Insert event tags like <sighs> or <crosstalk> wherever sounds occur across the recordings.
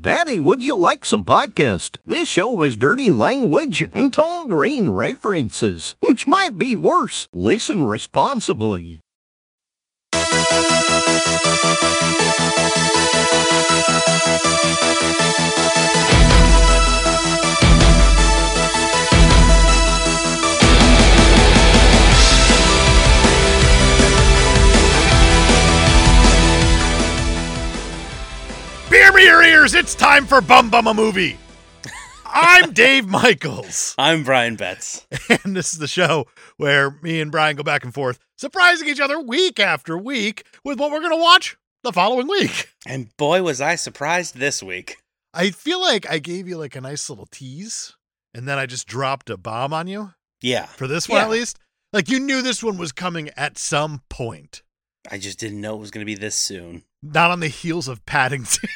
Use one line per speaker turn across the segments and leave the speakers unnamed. Daddy, would you like some podcast? This show is dirty language and tall green references, which might be worse. Listen responsibly.
Beer me your ears. It's time for Bum Bum a Movie. <laughs> I'm Dave Michaels,
I'm Brian Betts.
and this is the show where me and Brian go back and forth, surprising each other week after week with what we're going to watch the following week.
And boy, was I surprised this week.
I feel like I gave you like a nice little tease, and then I just dropped a bomb on you
Yeah.
for this one
Yeah.
at least. Like you knew this one was coming at some point,
I just didn't know it was going to be this soon.
not on the heels of Paddington.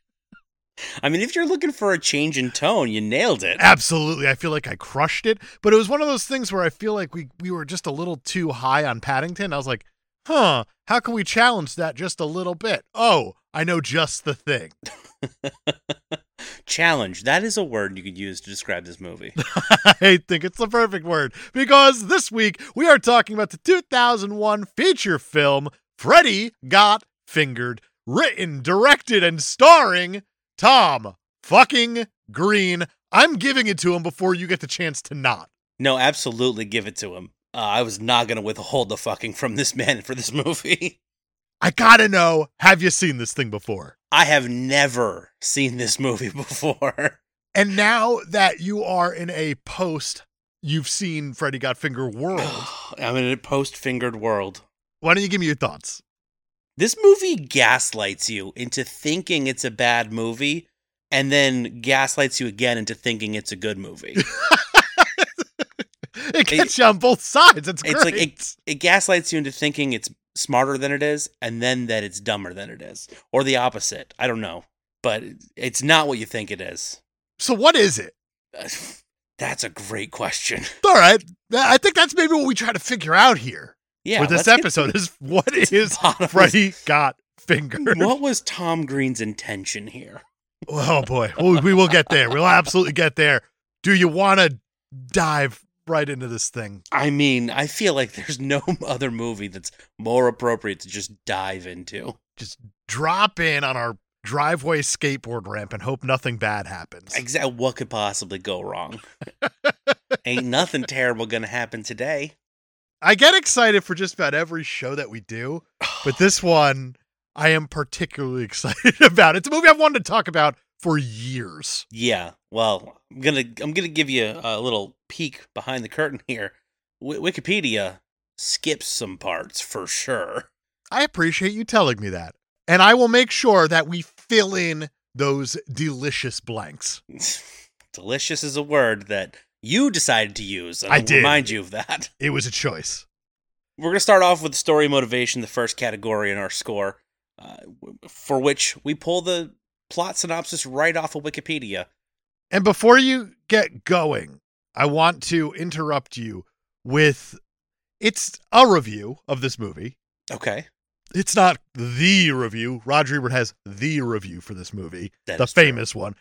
<laughs>
I mean, if you're looking for a change in tone, you
<laughs>
nailed it.
Absolutely. I feel like I crushed it. But it was one of those things where I feel like we we were just a little too high on Paddington. I was like, huh, how can we challenge that just a little bit? Oh, I know just the thing. <laughs>
Challenge. That is a word you could use to describe this movie.
I think it's the perfect word because this week we are talking about the 2001 feature film Freddy Got Fingered, written, directed, and starring Tom fucking Green. I'm giving it to him before you get the chance to not.
no, absolutely give it to him. Uh, I was not going to withhold the fucking from this man for this movie. <laughs>
I gotta know, have you seen this thing before?
I have never seen this movie <laughs> before.
And now that you are in a post, you've seen Freddy Got
<gasps>
Finger world.
<sighs> I'm in a post fingered world.
Why don't you give me your thoughts?
This movie gaslights you into thinking it's a bad movie and then gaslights you again into thinking it's a
<laughs>
good movie.
It gets you on both sides. It's great.
It's like it, it gaslights you into thinking it's smarter than it is and then that it's dumber than it is or the opposite. I don't know, but it's not what you think it is. <sighs>
so what is it?
That's a great question. <laughs>
All right, I think that's maybe what we try to figure out here
Yeah.
with this
let's get <laughs>
episode is what
to the
is <laughs>
bottom of
Freddy Got Finger?
<laughs> What was Tom Green's intention here?
<laughs> Oh boy, well, we will get there. We'll absolutely get there. Do you want to dive right into this thing?
I mean, I feel like there's no <laughs> other movie that's more appropriate to just dive into.
Drop in on our driveway skateboard ramp and hope nothing bad happens.
Exactly. What could possibly
<laughs>
go wrong? Ain't nothing terrible gonna happen today.
I get excited for just about every show that we do, but this one I am particularly <laughs> excited about. It's a movie I've wanted to talk about for years.
Yeah. Well, I'm gonna I'm gonna give you a little peek behind the curtain here. W- Wikipedia skips some parts for sure. <laughs>
I appreciate you telling me that. And I will make sure that we fill in those delicious blanks.
Delicious is a word that you decided to use. and
I
I'll
did.
remind you of that. <laughs>
It was a choice.
We're gonna start off with story motivation, the first category in our score, uh, w- for which we pull the plot synopsis right off of Wikipedia.
And before you get going, I want to interrupt you with it's a review of this movie.
Okay.
it's not the review. Roger Ebert has the review for this movie,
That
the
is true.
famous one.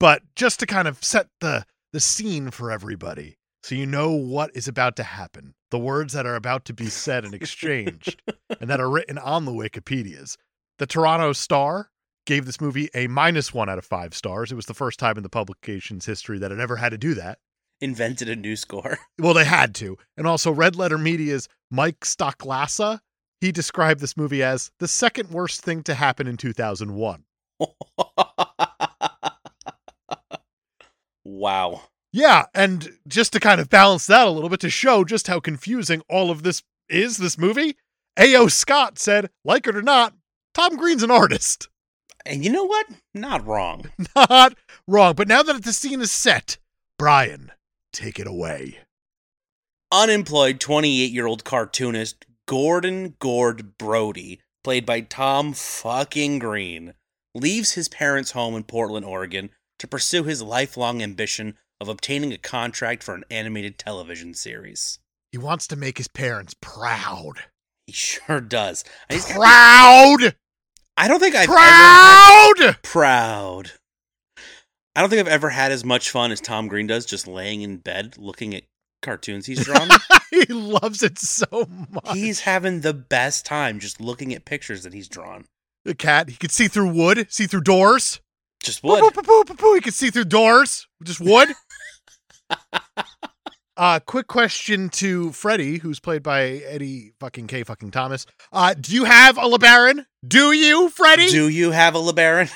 But just to kind of set the the scene for everybody, so you know what is about to happen, the words that are about to be said and
<laughs>
exchanged, and that are written on the Wikipedia's. The Toronto Star gave this movie a minus one out of five stars. It was the first time in the publication's history that it ever had to do that.
Invented a new score.
Well, they had to. And also, Red Letter Media's Mike Stocklassa, he described this movie as the second worst thing to happen in 2001.
wow.
Yeah, and just to kind of balance that a little bit to show just how confusing all of this is, this movie, A.O. Scott said, like it or not, Tom Green's an artist. <laughs>
And you know what? Not wrong.
Not wrong. But now that the scene is set, Brian, take it away.
Unemployed 28 year old cartoonist Gordon Gord Brody, played by Tom fucking Green, leaves his parents' home in Portland, Oregon to pursue his lifelong ambition of obtaining a contract for an animated television series.
He wants to make his parents proud.
He sure does. And he's got-
Proud!
I don't think I've ever had-
Proud.
proud. I don't think I've ever had as much fun as Tom Green does just laying in bed looking at cartoons he's drawn.
<laughs> he loves it so much.
he's having the best time just looking at pictures that he's drawn.
the cat. He could see through wood, see through doors.
Just
Boop,
wood.
boop, boop, boop, boop. He could see through doors. Just wood. uh, quick question to Freddie, who's played by Eddie fucking K fucking Thomas. Uh, do you have a LeBaron? Do you, Freddie?
Do you have a LeBaron?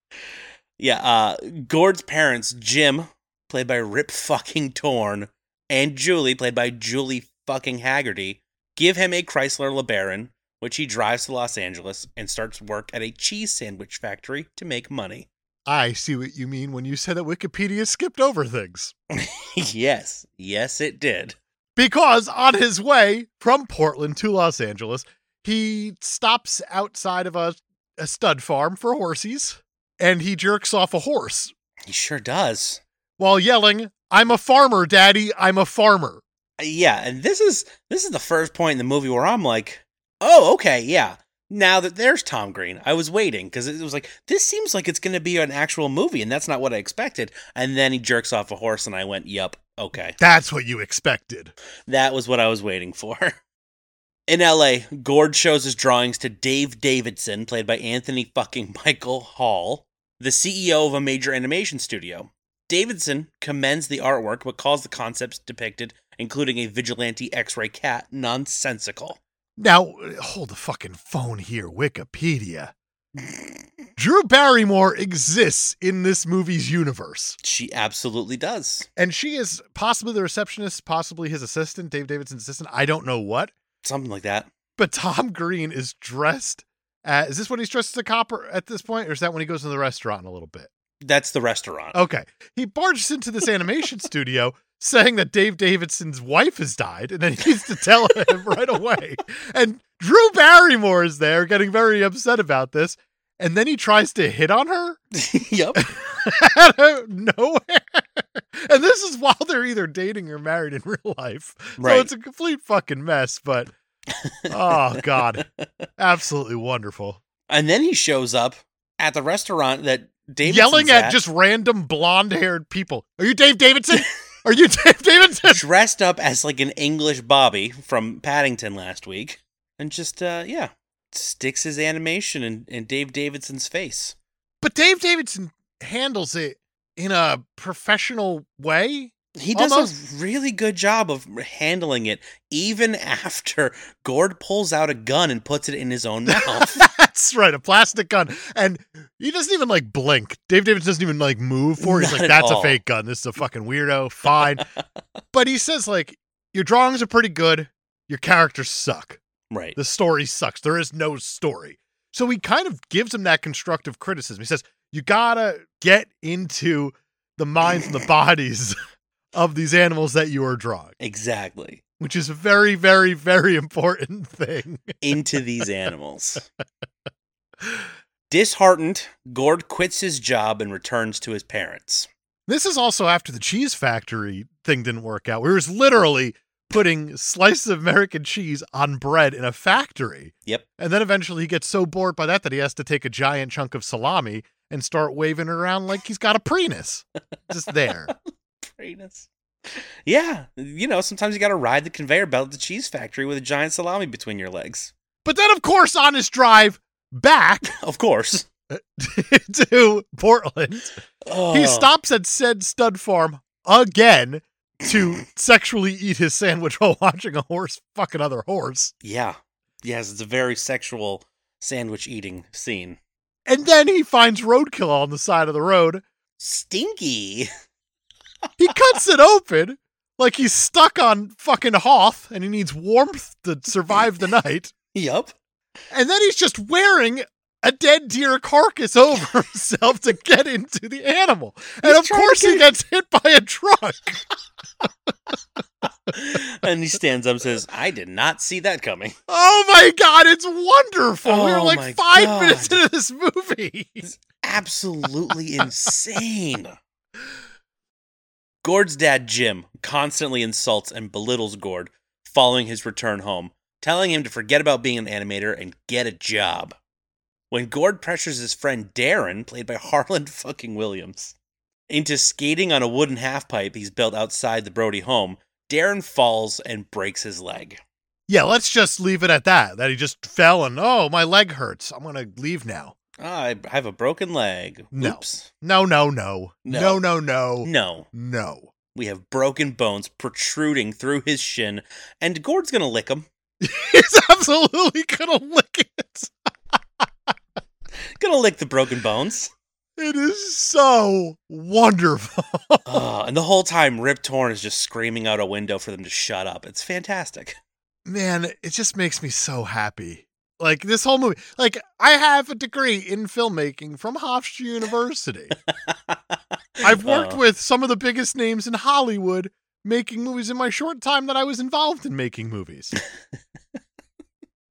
<laughs> yeah, uh Gord's parents, Jim, played by Rip fucking Torn, and Julie, played by Julie fucking Haggerty, give him a Chrysler LeBaron, which he drives to Los Angeles and starts work at a cheese sandwich factory to make money.
I see what you mean when you said that Wikipedia skipped over things.
<laughs> yes, yes, it did.
because on his way from Portland to Los Angeles, he stops outside of a, a stud farm for horses and he jerks off a horse
He sure does.
while yelling, I'm a farmer, daddy, I'm a farmer.
Uh, Yeah, and this is this is the first point in the movie where I'm like, oh, okay, yeah. Now that there's Tom Green, I was waiting because it was like this seems like it's going to be an actual movie, and that's not what I expected. And then he jerks off a horse, and I went, "Yup, okay,
That's what you expected.
that was what I was waiting for." <laughs> In L.A., Gord shows his drawings to Dave Davidson, played by Anthony fucking <laughs> Michael Hall, the CEO of a major animation studio. Davidson commends the artwork but calls the concepts depicted, including a vigilante x ray cat, nonsensical.
Now, hold the fucking phone here, Wikipedia. Drew Barrymore exists in this movie's universe.
She absolutely does.
And she is possibly the receptionist, possibly his assistant, Dave Davidson's assistant. I don't know what.
Something like that.
But Tom Green is dressed. As, is this when he's dressed as a copper at this point, or is that when he goes to the restaurant in a little bit?
That's the restaurant.
Okay, he barges into this animation studio saying that Dave Davidson's wife has died, and then he needs to tell him <laughs> right away. And Drew Barrymore is there, getting very upset about this, and then he tries to hit on her <laughs>
yep.
out of nowhere. And this is while they're either dating or married in real life,
Right.
so it's a complete fucking mess. But oh god, absolutely wonderful.
And then he shows up at the restaurant that Davidson's
yelling at, just random blonde haired people. Are you Dave Davidson? Are you Dave Davidson?
dressed up as like an English Bobby from Paddington last week, and just uh yeah, sticks his animation in, in Dave Davidson's face.
But Dave Davidson handles it in a professional way.
He does
Almost.
a really good job of handling it, even <laughs> after Gord pulls out a gun and puts it in his
<laughs>
own mouth. <laughs>
That's right, a plastic gun. And he doesn't even like blink. Dave Davidson doesn't even like move for it. He's
Not
like,
at
that's
all.
a fake gun. This is a fucking weirdo.
<laughs>
Fine. but he says, like, your drawings are pretty good. Your characters suck.
right.
The story sucks. There is no story. So he kind of gives him that constructive criticism. He says, You gotta get into the minds
<laughs>
and the bodies of these animals that you are drawing,
Exactly.
which is a very, very, very important <laughs> thing.
Into these animals. Disheartened, Gord quits his job and returns to his parents.
This is also after the cheese factory thing didn't work out. We were literally putting slices of American cheese on bread in a factory.
Yep.
And then eventually he gets so bored by that that he has to take a giant chunk of salami and start waving it around like he's got a prenus. Just there.
Greatness. Yeah, you know, sometimes you got to ride the conveyor belt at the cheese factory with a giant salami between your legs.
But then, of course, on his drive back <laughs>
Of course.
to Portland, he
Oh.
stops at said stud farm again to
<laughs>
sexually eat his sandwich while watching a horse fuck another horse.
Oh, Yeah. Yes, it's a very sexual sandwich eating scene.
And then he finds roadkill on the side of the road.
Stinky. <laughs>
He cuts it open like he's stuck on fucking Hoth and he needs warmth to survive the night.
Yup.
And then he's just wearing a dead deer carcass over <laughs> himself to get into the animal. And
He's
of
trying to
course he
get-
gets hit by a truck.
and he stands up and says, I did not see that coming.
Oh my god, it's wonderful. we were
Oh my
like five
God.
minutes into this movie.
absolutely insane. Gord's dad, Jim, constantly insults and belittles Gord following his return home, telling him to forget about being an animator and get a job. when Gord pressures his friend Darren, played by <laughs> Harlan fucking Williams, into skating on a wooden half pipe he's built outside the Brody home, Darren falls and breaks his leg.
<laughs> Yeah, let's just leave it at that. That he just fell and oh, my leg hurts. I'm gonna leave now.
Ah, I have a broken leg.
No.
Oops.
No, no, no,
No.
no, no, no,
No.
no.
We have broken bones protruding through his shin, and Gord's gonna lick him.
<laughs> He's absolutely gonna lick it.
Gonna lick the
<laughs>
broken bones.
It is so wonderful.
Ugh, and the whole time, Rip Torn is just screaming out a window for them to shut up.
<laughs>
It's fantastic.
man, it just makes me so happy. Like this whole movie, like I have a degree in filmmaking from Hofstra University. I've worked
Uh,
with some of the biggest names in Hollywood making movies in my short time that I was involved in making movies.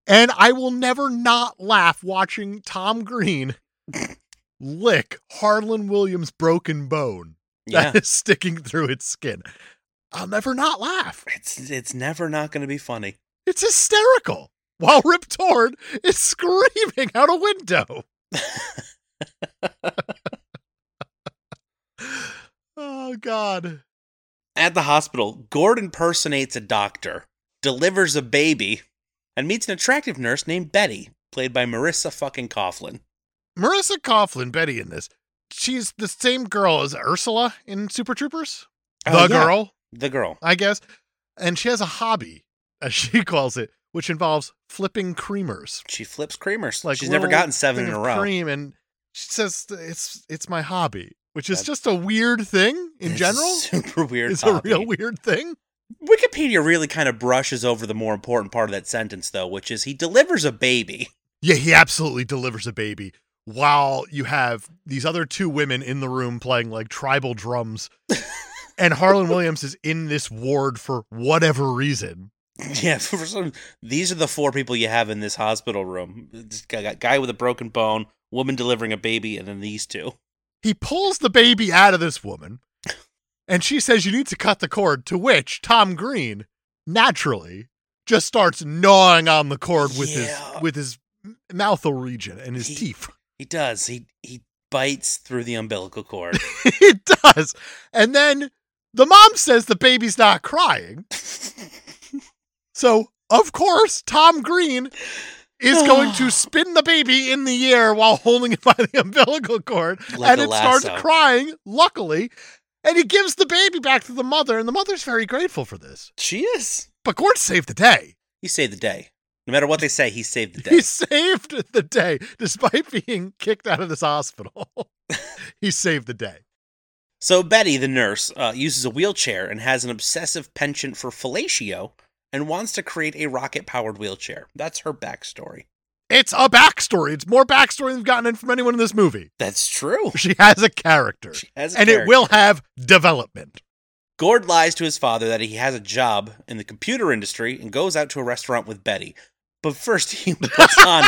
and I will never not laugh watching Tom Green lick Harlan Williams' broken bone
yeah,
that is sticking through its skin. I'll never not laugh.
it's it's never not gonna be funny.
It's hysterical. While Rip Torn is screaming out a window. oh God.
At the hospital, Gord impersonates a doctor, delivers a baby, and meets an attractive nurse named Betty, played by Marissa fucking Coughlin.
Marissa Coughlin, Betty in this. She's the same girl as Ursula in Super Troopers.
Oh,
the
yeah,
girl,
The girl.
I guess. And she has a hobby, as she <laughs> calls it, which involves flipping creamers.
She flips creamers.
Like
She's never
little
gotten seven
thing
in a
of
row.
Cream and she says it's it's my hobby, which is
That-
just a weird thing in
It's a
general.
super weird.
It's
hobby.
a real weird thing.
Wikipedia really kind of brushes over the more important part of that sentence, though, which is he delivers a baby. <laughs>
Yeah, he absolutely delivers a baby while you have these other two women in the room playing like tribal
<laughs>
drums. and Harlan Williams is in this ward for whatever reason.
Yeah, for some, these are the four people you have in this hospital room: this guy, guy with a broken bone, woman delivering a baby, and then these two.
He pulls the baby out of this woman and she says, You need to cut the cord. To which Tom Green naturally just starts gnawing on the cord with
Yeah.
his with his mouthal region and his
He-
teeth.
He does. He he bites through the
<laughs>
umbilical cord.
it does. And then the mom says the baby's not
<laughs>
crying. So, of course, Tom Green is
<sighs>
going to spin the baby in the air while holding it by the umbilical cord.
Like
and
a
it starts
lasso.
crying, luckily. And he gives the baby back to the mother, and the mother's very grateful for this.
she is.
But Gord saved the day.
He saved the day. No matter what they say, he saved the day.
He saved the day, despite being kicked out of this hospital. <laughs> he saved the day.
So Betty, the nurse, uh, uses a wheelchair and has an obsessive penchant for fellatio, and wants to create a rocket-powered wheelchair. That's her backstory.
It's a backstory. It's more backstory than we've gotten in from anyone in this movie.
That's true.
She has a character,
She has a
and
character.
it will have development.
Gord lies to his father that he has a job in the computer industry and goes out to a restaurant with Betty. But first <laughs> he puts on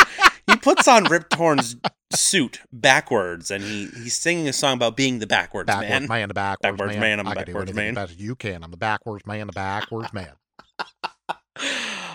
he puts on Rip Torn's suit backwards and he, he's singing a song about being the backwards,
Backwards
man.
man, the backwards,
Backwards
man.
man, I'm a
I can do
backwards
anything
man.
about it. You can. I'm the backwards man. The backwards man.
<sighs>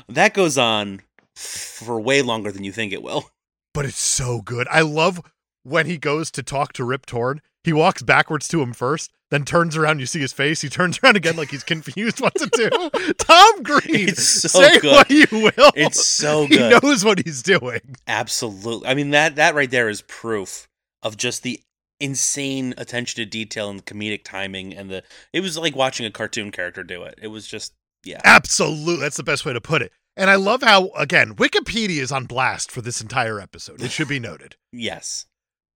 That goes on for way longer than you think it will.
But it's so good. I love when he goes to talk to Rip Torn. He walks backwards to him first, then turns around. You see his face. He turns around again like he's confused what to
<laughs>
do. Tom Green, <laughs>
It's so
say
good.
what you will.
It's so
he
good.
knows what he's doing.
Absolutely. I mean that that right there is proof of just the insane attention to detail and the comedic timing and the it was like watching a cartoon character do it. It was just yeah.
Absolutely. That's the best way to put it. And I love how, again, Wikipedia is on blast for this entire episode. It should be noted.
Yes.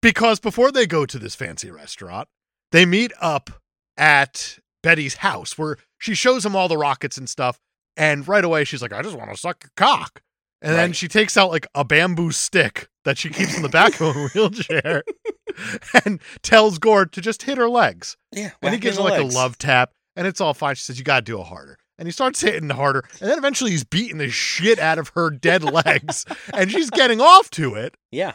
Because before they go to this fancy restaurant, they meet up at Betty's house where she shows him all the rockets and stuff. And right away, she's like, I just want to suck your cock. And then
Right.
she takes out like a bamboo stick that she keeps in the back of her <laughs> wheelchair and tells Gord to just hit her legs.
Yeah,
And he
whack
gives
in
her
the
like
legs.
a love tap, and it's all fine. She says, You got to do it harder. And he starts <laughs> hitting harder, and then eventually he's beating the shit out of her
<laughs>
dead legs, and she's getting off to it.
Yeah,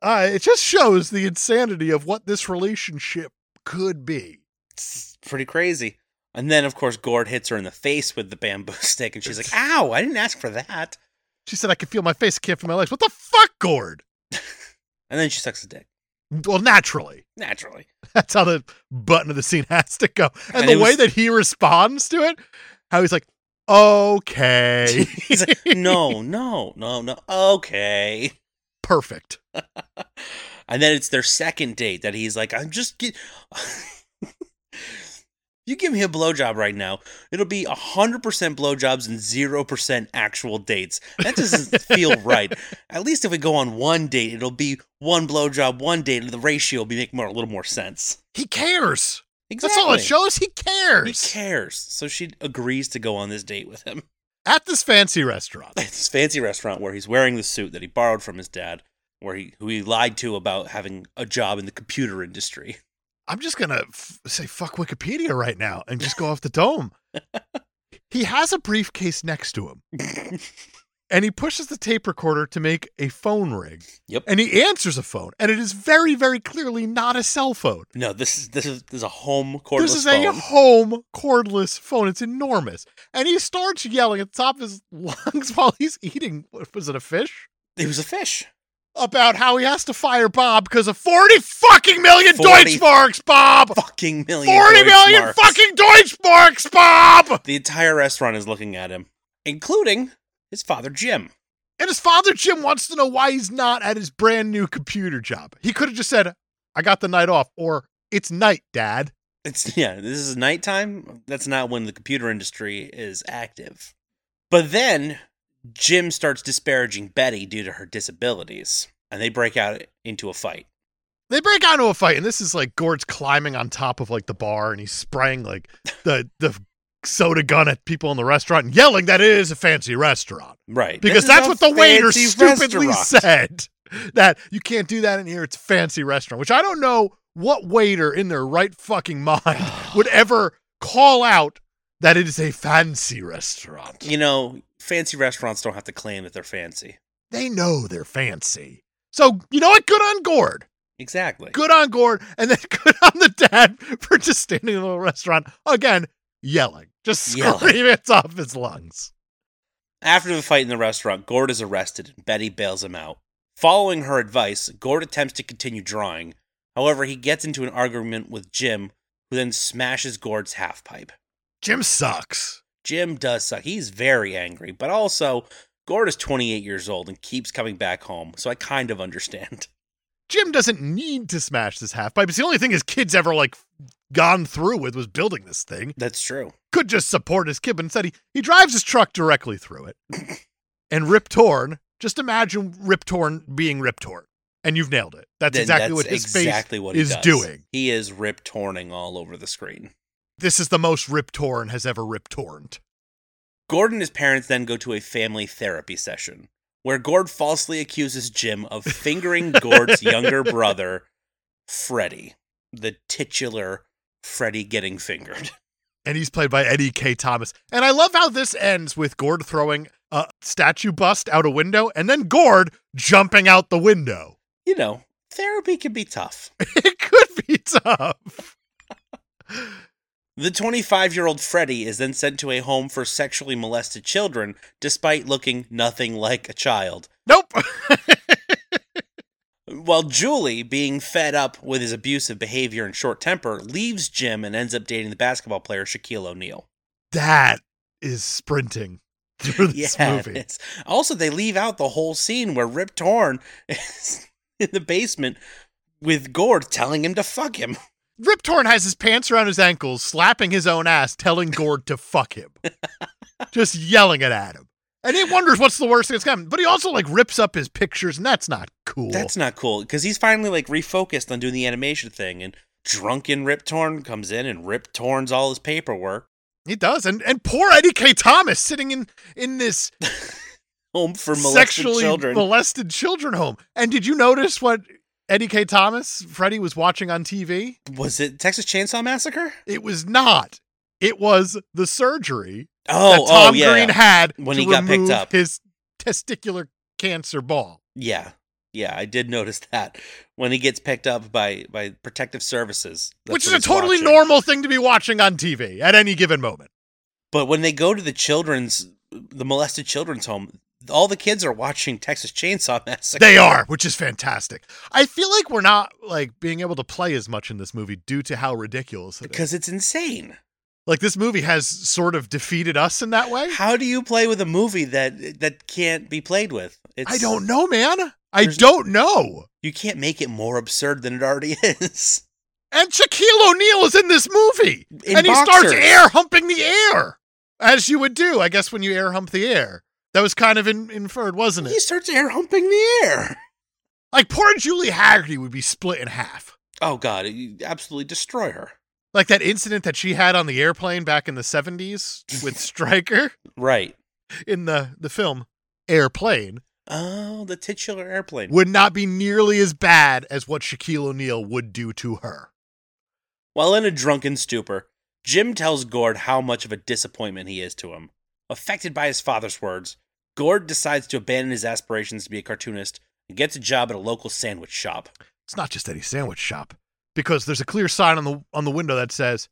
Uh, it just shows the insanity of what this relationship could be.
it's pretty crazy. And then, of course, Gord hits her in the face with the bamboo <laughs> stick, and she's like, "Ow! I didn't ask for that."
She said, I can feel my face, I can't feel my legs. What the fuck, Gord?
And then she sucks a dick.
Well, naturally. <laughs>
Naturally.
That's how the button of the scene <laughs> has to go. And,
And
the
it was-
way that he responds to it, how he's like, okay,
<laughs> He's like, no, no, no, no. Okay.
<laughs> perfect.
And then it's their second date that he's like, I'm just get- <laughs> You give me a blowjob right now, it'll be 100% blowjobs and 0% actual dates. That doesn't feel
<laughs>
right. At least if we go on one date, it'll be one blowjob, one date, and the ratio will be make more, a little more sense.
He cares.
Exactly.
That's all it shows. He
He
cares.
cares. So she agrees to go on this date with him. <laughs>
At this fancy restaurant.
at this fancy restaurant where he's wearing the suit that he borrowed from his dad, where he who he lied to about having a job in the computer industry.
I'm just going to f- say fuck Wikipedia right now and just go off the
<laughs>
dome. He has a briefcase next to him and he pushes the tape recorder to make a phone ring.
Yep.
And he answers a phone and it is very, very clearly not a cell phone.
no, this is this is this is a home cordless
This is a <laughs>
phone.
home cordless phone. It's enormous. And he starts yelling at the top of his <laughs> lungs while he's eating, what was it, a fish?
it was a fish.
About how he has to fire Bob because of 40 fucking million
40
Deutschmarks, Bob!
Fucking million.
40
Deutsch
million
marks.
fucking Deutschmarks, Bob!
The entire restaurant is looking at him, including his father Jim.
And his father, Jim, wants to know why he's not at his brand new computer job. He could have just said, I got the night off, or it's night, Dad.
It's <laughs> yeah, this is nighttime. That's not when the computer industry is active. But then Jim starts disparaging Betty due to her disabilities, and they break out into a fight.
they break out into a fight, and this is like Gord's climbing on top of like the bar, and he's spraying like the the soda gun at people in the restaurant and yelling that it is a fancy restaurant
Right.
because
This is
that's
a
what the waiter
fancy
stupidly
restaurant.
said that you can't do that in here. It's a fancy restaurant, which I don't know what waiter in their right fucking
<sighs>
mind would ever call out that it is a fancy restaurant.
You know, fancy restaurants don't have to claim that they're fancy.
They know they're fancy, so you know what? Good on Gord.
Exactly.
good on Gord, and then <laughs> good on the dad for just standing in the restaurant again, yelling, just
Yelling.
screaming it's off his lungs.
After the fight in the restaurant, Gord is arrested and Betty bails him out. Following her advice, Gord attempts to continue drawing. However, he gets into an argument with Jim, who then smashes Gord's half pipe.
Jim sucks.
Jim does suck. He's very angry, but also Gord is 28 years old and keeps coming back home, so I kind of understand. <laughs>
Jim doesn't need to smash this half pipe. It's the only thing his kids ever like gone through with was building this thing.
That's true.
Could just support his kid, but instead he, he drives his truck directly through
<laughs>
it. and Rip Torn, just imagine Rip Torn being Rip Torn. And you've nailed it. That's
Then
exactly what his face
exactly what he
is
does.
doing.
He is rip torning all over the screen.
This is the most Rip Torn has ever Rip Torned.
Gord and his parents then go to a family therapy session where Gord falsely accuses Jim of fingering Gord's younger brother, Freddy, the titular Freddy getting fingered. <laughs>
and he's played by Eddie K. Thomas. And I love how this ends with Gord throwing a statue bust out a window and then Gord jumping out the window. <laughs>
You know, therapy can be tough.
It could be tough.
The 25 year old Freddy is then sent to a home for sexually molested children despite looking nothing like a child. <laughs>
Nope.
While Julie, being fed up with his abusive behavior and short temper, leaves Jim and ends up dating the basketball player Shaquille O'Neal.
that is sprinting
<laughs>
through <laughs> this
yeah,
movie.
it's- Also, they leave out the whole scene where Rip Torn <laughs> is in the basement with Gord telling him to fuck him. <laughs>
Rip Torn has his pants around his ankles, slapping his own ass, telling Gord to fuck
<laughs>
him. Just yelling it at him. And he wonders what's the worst thing that's coming. But he also like rips up his pictures, and that's not cool.
That's not cool because he's finally like refocused on doing the animation thing, and drunken Rip Torn comes in and Rip Torn's all his paperwork.
He does, and and poor Eddie K. Thomas sitting in in this
Home for molested
sexually
children.
molested children home. And did you notice what Eddie K. Thomas, Freddie, was watching on TV?
Was it Texas Chainsaw Massacre?
It was not. It was the surgery
Oh,
that Tom
oh yeah,
Green had
When
to
he got picked
remove
up.
his testicular cancer ball.
yeah, yeah. I did notice that when he gets picked up by by Protective Services, that's
which is
what
a
he's
totally
watching.
normal thing to be watching on TV at any given moment.
But when they go to the children's, the molested children's home, all the kids are watching Texas Chainsaw Massacre.
They are, which is fantastic. I feel like we're not like being able to play as much in this movie due to how ridiculous it is.
because it's insane.
Like this movie has sort of defeated us in that way.
How do you play with a movie that that can't be played with? It's,
I don't know, man. I
There's-
don't know.
You can't make it more absurd than it already <laughs> is.
And Shaquille O'Neal is in this movie,
In
and he starts
boxers.
air humping the air, as you would do, I guess, when you air hump the air. That was kind of in- inferred, wasn't
He
it?
starts air humping the air.
Like poor Julie Haggerty would be split in half.
Oh God, you absolutely destroy her.
Like that incident that she had on the airplane back in the '70s with Stryker
Right.
in the the film Airplane.
Oh, the titular airplane.
would not be nearly as bad as what Shaquille O'Neal would do to her.
While in a drunken stupor, Jim tells Gord how much of a disappointment he is to him. Affected by his father's words, Gord decides to abandon his aspirations to be a cartoonist and gets a job at a local sandwich shop.
It's not just any sandwich shop because there's a clear sign on the on the window that says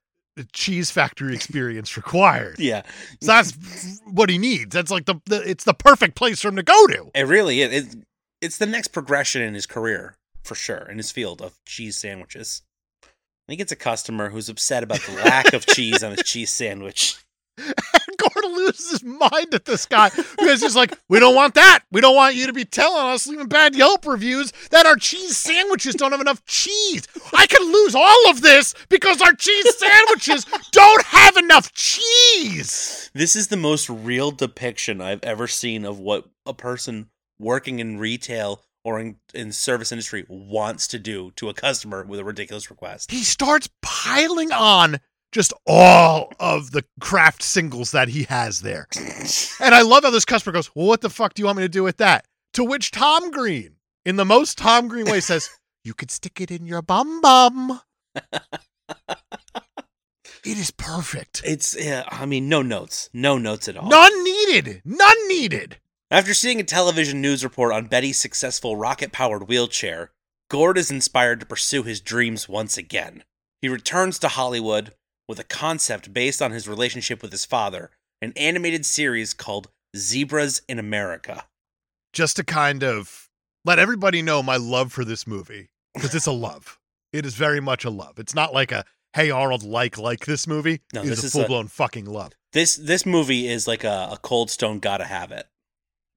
cheese factory experience
<laughs>
required.
Yeah,
So that's what he needs. That's like the, the it's the perfect place for him to go to.
it really is. It, it's the next progression in his career, for sure, in his field of cheese sandwiches. And he gets a customer who's upset about the lack of cheese on his cheese sandwich.
And <laughs> Gordon loses his mind at this guy because he's like, "We don't want that. We don't want you to be telling us leaving bad Yelp reviews that our cheese sandwiches don't have enough cheese. I could lose all of this because our cheese sandwiches don't have enough cheese."
This is the most real depiction I've ever seen of what a person working in retail or in, in service industry wants to do to a customer with a ridiculous request.
He starts piling on just all of the craft singles that he has there. And I love how this customer goes, Well, what the fuck do you want me to do with that? To which Tom Green, in the most Tom Green way, says, You could stick it in your bum bum. it is perfect.
It's, yeah, I mean, no notes, no notes at all.
None needed. None needed.
After seeing a television news report on Betty's successful rocket powered wheelchair, Gord is inspired to pursue his dreams once again. He returns to Hollywood with a concept based on his relationship with his father, an animated series called Zebras in America.
Just to kind of let everybody know my love for this movie, because it's a love. It is very much a love. It's not like a, hey, Arnold, like, like this movie.
No,
it is
this
a
is a-
full blown fucking love.
This this movie is like a, a cold stone gotta have it.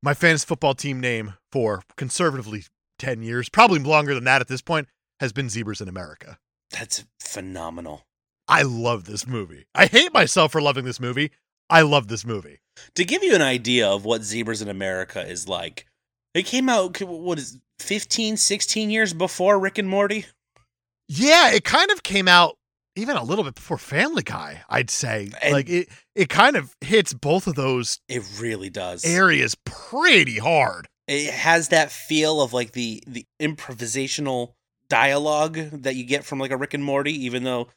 my fantasy football team name for conservatively 10 years, probably longer than that at this point, has been Zebras in America.
That's phenomenal.
I love this movie. I hate myself for loving this movie. I love this movie.
To give you an idea of what Zebras in America is like, it came out what is 15, 16 years before Rick and Morty.
Yeah, it kind of came out even a little bit before Family Guy, I'd say.
And-
like it it kind of hits both of those
It really does.
areas pretty hard.
It has that feel of like the the improvisational dialogue that you get from like a Rick and Morty, even though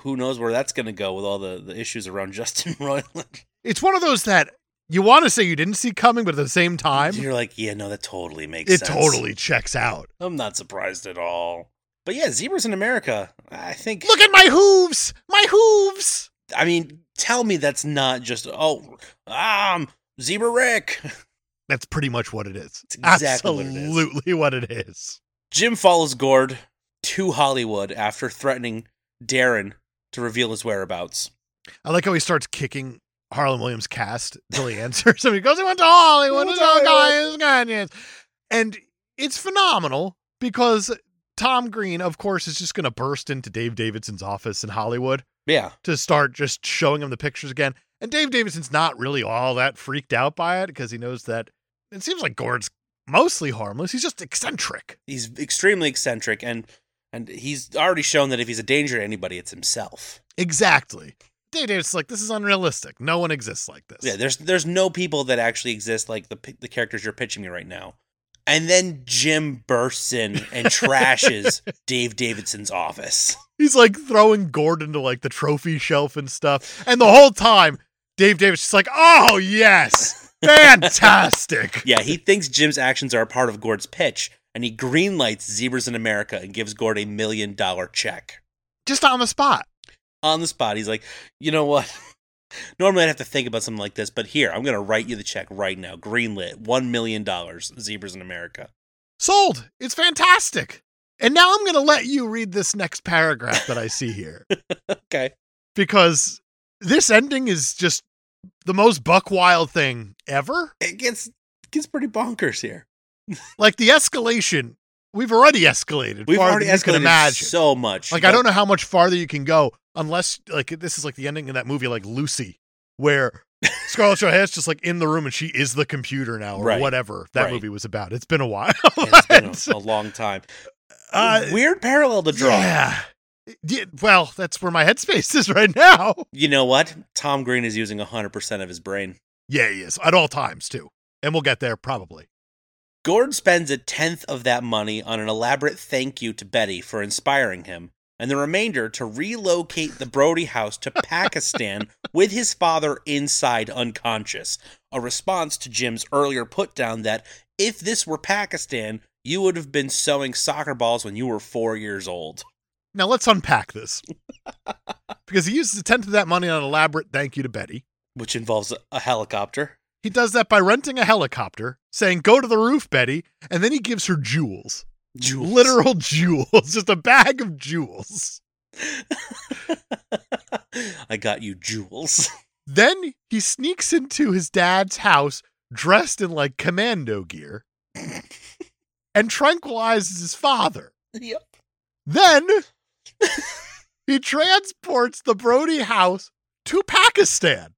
who knows where that's gonna go with all the, the issues around <laughs> Justin Roiland.
It's one of those that you want to say you didn't see coming, but at the same time,
You're like, yeah, no, that totally makes
it
sense.
totally checks out.
I'm not surprised at all. But yeah, Zebras in America, I think.
Look at my hooves! My hooves!
I mean, tell me that's not just, oh, um, Zebra Rick. <laughs>
That's pretty much what it is.
It's exactly what it is.
Absolutely what it is.
Jim follows Gord to Hollywood after threatening Darren to reveal his whereabouts.
I like how he starts kicking Harlan Williams' cast till he answers him. He goes, "I went to Hollywood.
He went
It's
to
all
Hollywood."
guy- it's guy- yes." And it's phenomenal because Tom Green, of course, is just going to burst into Dave Davidson's office in Hollywood
Yeah.
to start just showing him the pictures again. And Dave Davidson's not really all that freaked out by it because he knows that it seems like Gord's mostly harmless. He's just eccentric.
He's extremely eccentric and and he's already shown that if he's a danger to anybody, it's himself.
Exactly. Dave Davidson's like, this is unrealistic. No one exists like this.
Yeah, there's there's no people that actually exist like the pi- the characters you're pitching me right now. And then Jim bursts in and trashes Dave Davidson's office.
He's like throwing Gordon to like the trophy shelf and stuff. And the whole time, Dave Davis is like, oh,
<laughs>
yes, fantastic.
Yeah, he thinks Jim's actions are a part of Gord's pitch, and he greenlights Zebras in America and gives Gord a million dollar check.
Just on the spot.
On the spot, he's like, you know what? <laughs> Normally, I'd have to think about something like this, but here, I'm going to write you the check right now. Greenlit, $1 million, Zebras in America.
Sold. It's fantastic. And now I'm going to let you read this next paragraph that I see here
Okay.
because this ending is just the most buck wild thing ever.
It gets, gets pretty bonkers here.
Like the escalation, we've already escalated.
We've
farther
already
than you can
escalated
imagine.
so much.
Like I don't know how much farther you can go unless like this is like the ending of that movie like Lucy
<laughs>
where Scarlett Johansson's just like in the room and she is the computer now or
Right.
whatever that
Right.
movie was about. It's been a
<laughs>
while. <laughs>
It's been a, a long time.
Uh,
Weird parallel to draw.
Yeah. Yeah, Well, that's where my headspace <laughs> is right now.
You know what? Tom Green is using 100% of his brain.
Yeah, he is at all times too, and we'll get there probably.
Gord spends a tenth of that money on an elaborate thank you to Betty for inspiring him, and the remainder to relocate the Brody house
<laughs>
to Pakistan with his father inside unconscious. A response to Jim's earlier put down that if this were Pakistan, you would have been sewing soccer balls when you were four years old.
Now let's unpack this because he uses a tenth of that money on an elaborate thank you to Betty.
Which involves a- a helicopter.
He does that by renting a helicopter, saying "Go to the roof, Betty," and then he gives her jewels.
<laughs> Jewels.
literal <laughs> jewels, just a bag of jewels.
I got you jewels.
Then he sneaks into his dad's house dressed in like commando gear and tranquilizes his father.
<laughs> Yep.
Then <laughs> he transports the Brody house to Pakistan.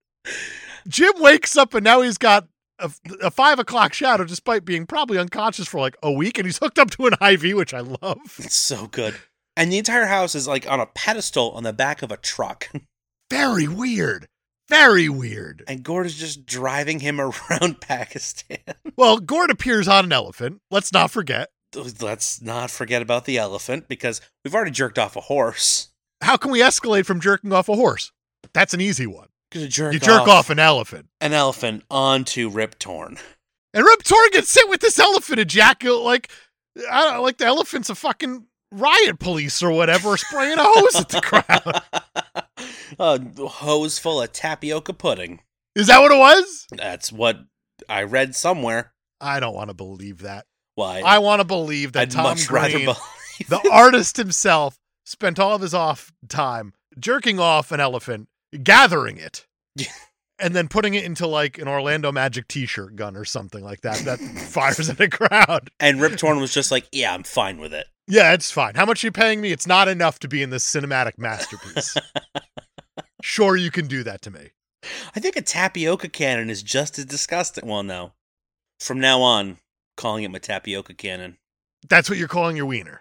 Jim wakes up and now he's got a, a five o'clock shadow despite being probably unconscious for like a week and he's hooked up to an IV, which I love.
It's so good. And the entire house is like on a pedestal on the back of a truck. <laughs>
Very weird. Very weird.
And Gord is just driving him <laughs> around Pakistan.
Well, Gord appears on an elephant. Let's not forget.
Let's not forget about the elephant because we've already jerked off a horse.
How can we escalate from jerking off a horse? That's an easy one.
Gonna jerk
you jerk off an elephant.
an elephant onto
<laughs>
Rip Torn.
And Rip Torn gets hit with this elephant ejaculate like I don't like the elephant's a fucking riot police or whatever spraying a hose
<laughs>
at the crowd.
a hose full of tapioca pudding.
Is that what it was?
That's what I read somewhere.
I don't want to believe that.
Why?
I want to believe that
I'd
Tom
much rather
Green,
believe <laughs>
the artist himself, spent all of his off time jerking off an elephant, gathering it, and then putting it into like an Orlando Magic T-shirt gun or something like that that
<laughs>
fires at a crowd.
And Rip Torn was just like, yeah, I'm fine with it.
Yeah, it's fine. How much are you paying me? It's not enough to be in this cinematic
<laughs>
masterpiece. sure, you can do that to me.
I think a tapioca cannon is just as disgusting. Well, no. From now on, calling it my tapioca cannon.
That's what you're calling your wiener.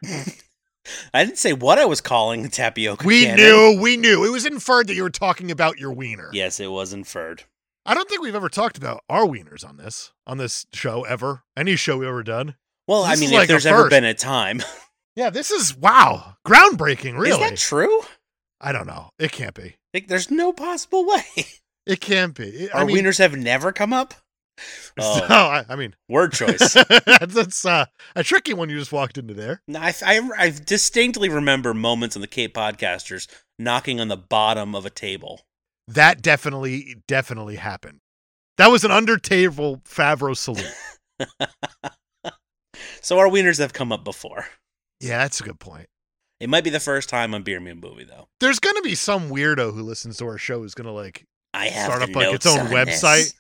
I didn't say what I was calling the tapioca
We
cannon.
knew, we knew. It was inferred that you were talking about your wiener.
Yes, it was inferred.
I don't think we've ever talked about our wieners on this on this show ever. Any show we've ever done.
Well,
This
I
is
mean,
like
if
a
there's ever
first.
been a time, <laughs>
Yeah, this is wow, groundbreaking.
is
Really,
that true?
I don't know. It can't be.
Like, there's no possible way.
It can't be. It- <laughs>
Our
I mean,
wieners have never come up.
<laughs> so,
Oh,
I, I mean,
word choice.
that's, <laughs> that's, uh, a tricky one. You just walked into there.
No, I, I, I distinctly remember moments on the Cape Podcasters knocking on the bottom of a table.
That definitely, definitely happened. That was an under table Favreau
<laughs>
salute.
So our wieners have come up before.
yeah, that's a good point.
It might be the first time on Beer Me a Movie, though.
There's gonna be some weirdo who listens to our show who's gonna like
I have
start
the
up like its
notes
own
on this.
website,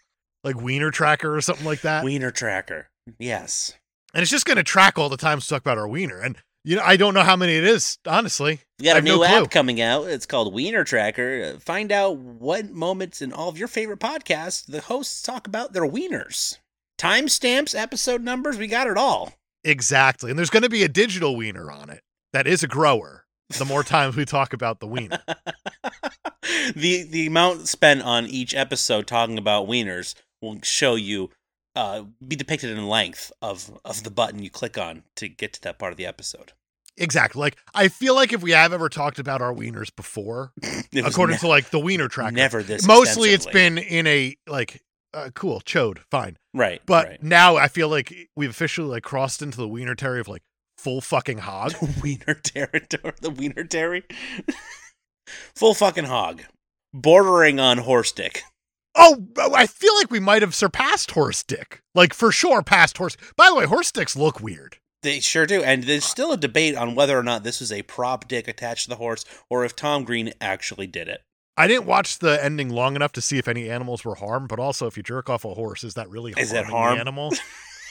like Wiener Tracker or something like that.
Wiener Tracker. Yes.
and it's just going to track all the times we talk about our wiener. And you know, I don't know how many it is, honestly.
We got
I
a
have no
new
clue.
app coming out. It's called Wiener Tracker. Uh, Find out what moments in all of your favorite podcasts the hosts talk about their wieners. Timestamps, episode numbers, we got it all. <laughs>
Exactly. And there's going to be a digital wiener on it that is a grower. The
<laughs>
more times we talk about the wiener,
the the amount spent on each episode talking about wieners will show you uh, be depicted in length of of the button you click on to get to that part of the episode. <laughs>
exactly. Like I feel like if we have ever talked about our wieners before,
It was
according
ne-
to like the wiener tracker,
never this
mostly it's
extensively.
been in a like uh, cool chode, fine.
right,
But
right.
now I feel like we've officially like crossed into the wiener territory of like full fucking hog.
<laughs> The wiener territory. The wiener terry. Full fucking hog. bordering on horse dick.
Oh, I feel like we might have surpassed horse dick. Like for sure, past horse. By the way, horse dicks look weird.
They sure do. And there's still a debate on whether or not this was a prop dick attached to the horse or if Tom Green actually did it.
I didn't watch the ending long enough to see if any animals were harmed, but also if you jerk off a horse, is that really harming
Is that harm?
the animal?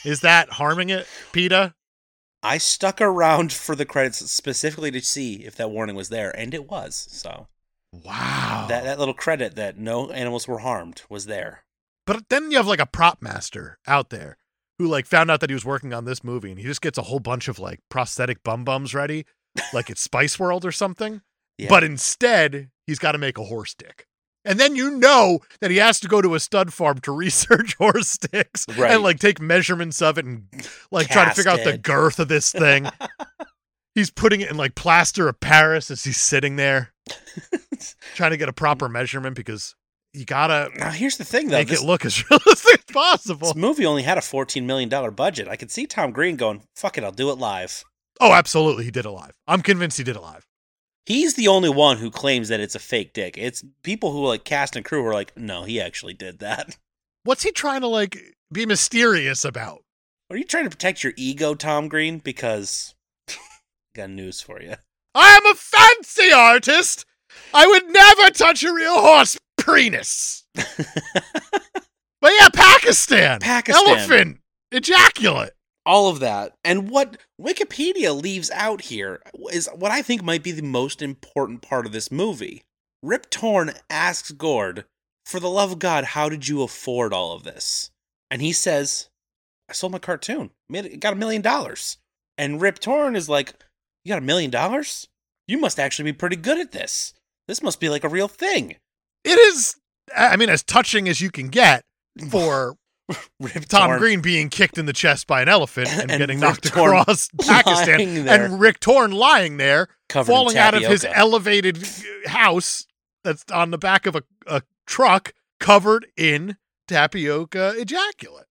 is that harming it,
<laughs>
PETA?
I stuck around <laughs> for the credits specifically to see if that warning was there, and it was. So
Wow.
that, that little credit that no animals were harmed was there. <laughs>
But then you have like a prop master out there who like found out that he was working on this movie and he just gets a whole bunch of like prosthetic bum bums ready, like it's Spice World or something.
Yeah.
But instead, he's got to make a horse dick. And then you know that he has to go to a stud farm to <laughs> research horse dicks
Right.
and like take measurements of it and like try to figure out the
Casted.
girth of this
<laughs>
thing. he's putting it in like plaster of Paris as he's sitting there trying to get a proper measurement because you gotta
now here's the thing, though.
make
This,
it look as <laughs> realistic as
this
possible.
movie only had a $14 million budget. I could see Tom Green going, fuck it, I'll do it live.
Oh, absolutely, he did alive. I'm convinced he did alive.
He's the only one who claims that it's a fake dick. It's people who like cast and crew who are like, no, he actually did that. <laughs>
What's he trying to like be mysterious about?
Are you trying to protect your ego, Tom Green? Because <laughs> got news for you.
I am a fancy artist. I would never touch a real horse
<laughs>
penis. but yeah, Pakistan,
Pakistan.
elephant, ejaculate.
All of that. And what Wikipedia leaves out here is what I think might be the most important part of this movie. Rip Torn asks Gord, for the love of God, how did you afford all of this? And he says, I sold my cartoon. Made it, got a million dollars. And Rip Torn is like, You got a million dollars? You must actually be pretty good at this. This must be like a real thing.
It is, I I mean, as touching as you can get for
Rip
Tom
Torn-
Green being kicked in the chest by an
<laughs>
elephant and,
And
getting
Rick
knocked
Torn
across Pakistan,
<laughs> <laughs> lying there.
and Rick Torn lying there
covered in
falling out of his
tapioca.
elevated house that's on the back of a, a truck covered in tapioca ejaculate.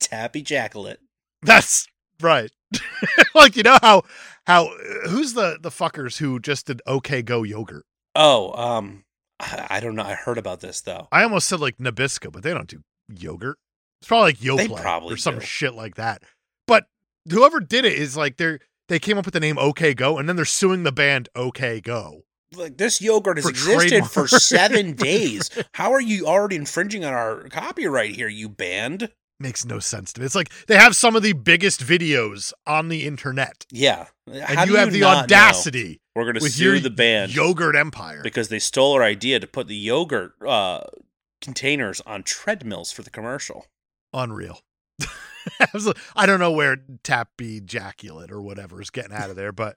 Tappy Jackalette.
That's right. <laughs> like you know how how who's the the fuckers who just did okay go yogurt?
Oh, um, I I don't know. I heard about this though.
I almost said like Nabisco, but they don't do yogurt. It's probably like
They
Yoplait
probably
or some
do.
shit like that. But whoever did it is like they're they came up with the name OK Go and then they're suing the band OK Go.
Like this yogurt has
For
existed for
trademark. <laughs>
seven days. How are you already infringing on our copyright here? You banned?
makes no sense to me. It's like they have some of the biggest videos on the internet,
Yeah.
and you have the audacity
We're gonna
with
sue
your
the band
yogurt empire.
because they stole our idea to put the yogurt uh, containers on treadmills for the commercial.
<laughs> Unreal. Absolutely. I don't know where Tappy Jaculate or whatever is getting out of there, but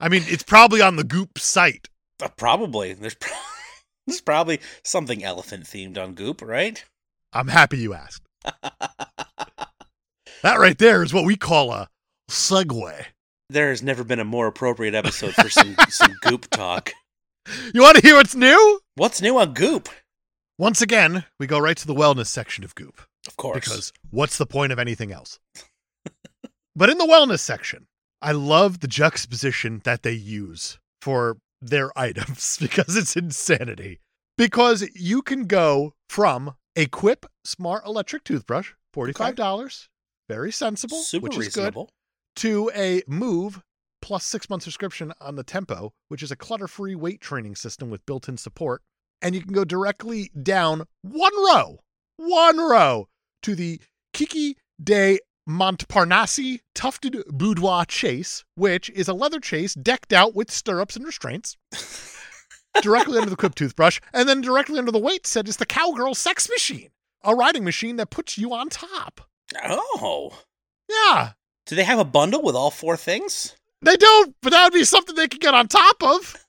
I mean, it's probably on the Goop site.
Uh, probably there's pro- <laughs> there's probably something elephant themed on Goop, right?
I'm happy you asked. That right there is what we call a segue.
There has never been a more appropriate episode for some some Goop talk.
You want to hear what's new?
What's new on Goop?
Once again, we go right to the wellness section of Goop.
Of course.
because what's the point of anything else? <laughs> but in the wellness section, I love the juxtaposition that they use for their <laughs> items because it's insanity. Because you can go from a Quip Smart Electric Toothbrush, $45, very sensible,
super
which is good,
reasonable.
to a Move plus six month subscription on the Tempo, which is a clutter free weight training system with built in support. And you can go directly down one row, one row to the Kiki de Montparnasse tufted boudoir chase, which is a leather chase decked out with stirrups and restraints. directly under the quip toothbrush, and then directly under the weight set is the cowgirl sex machine, a riding machine that puts you on top.
Oh.
Yeah.
Do they have a bundle with all four things? <laughs>
They don't, but that would be something they could get on top of.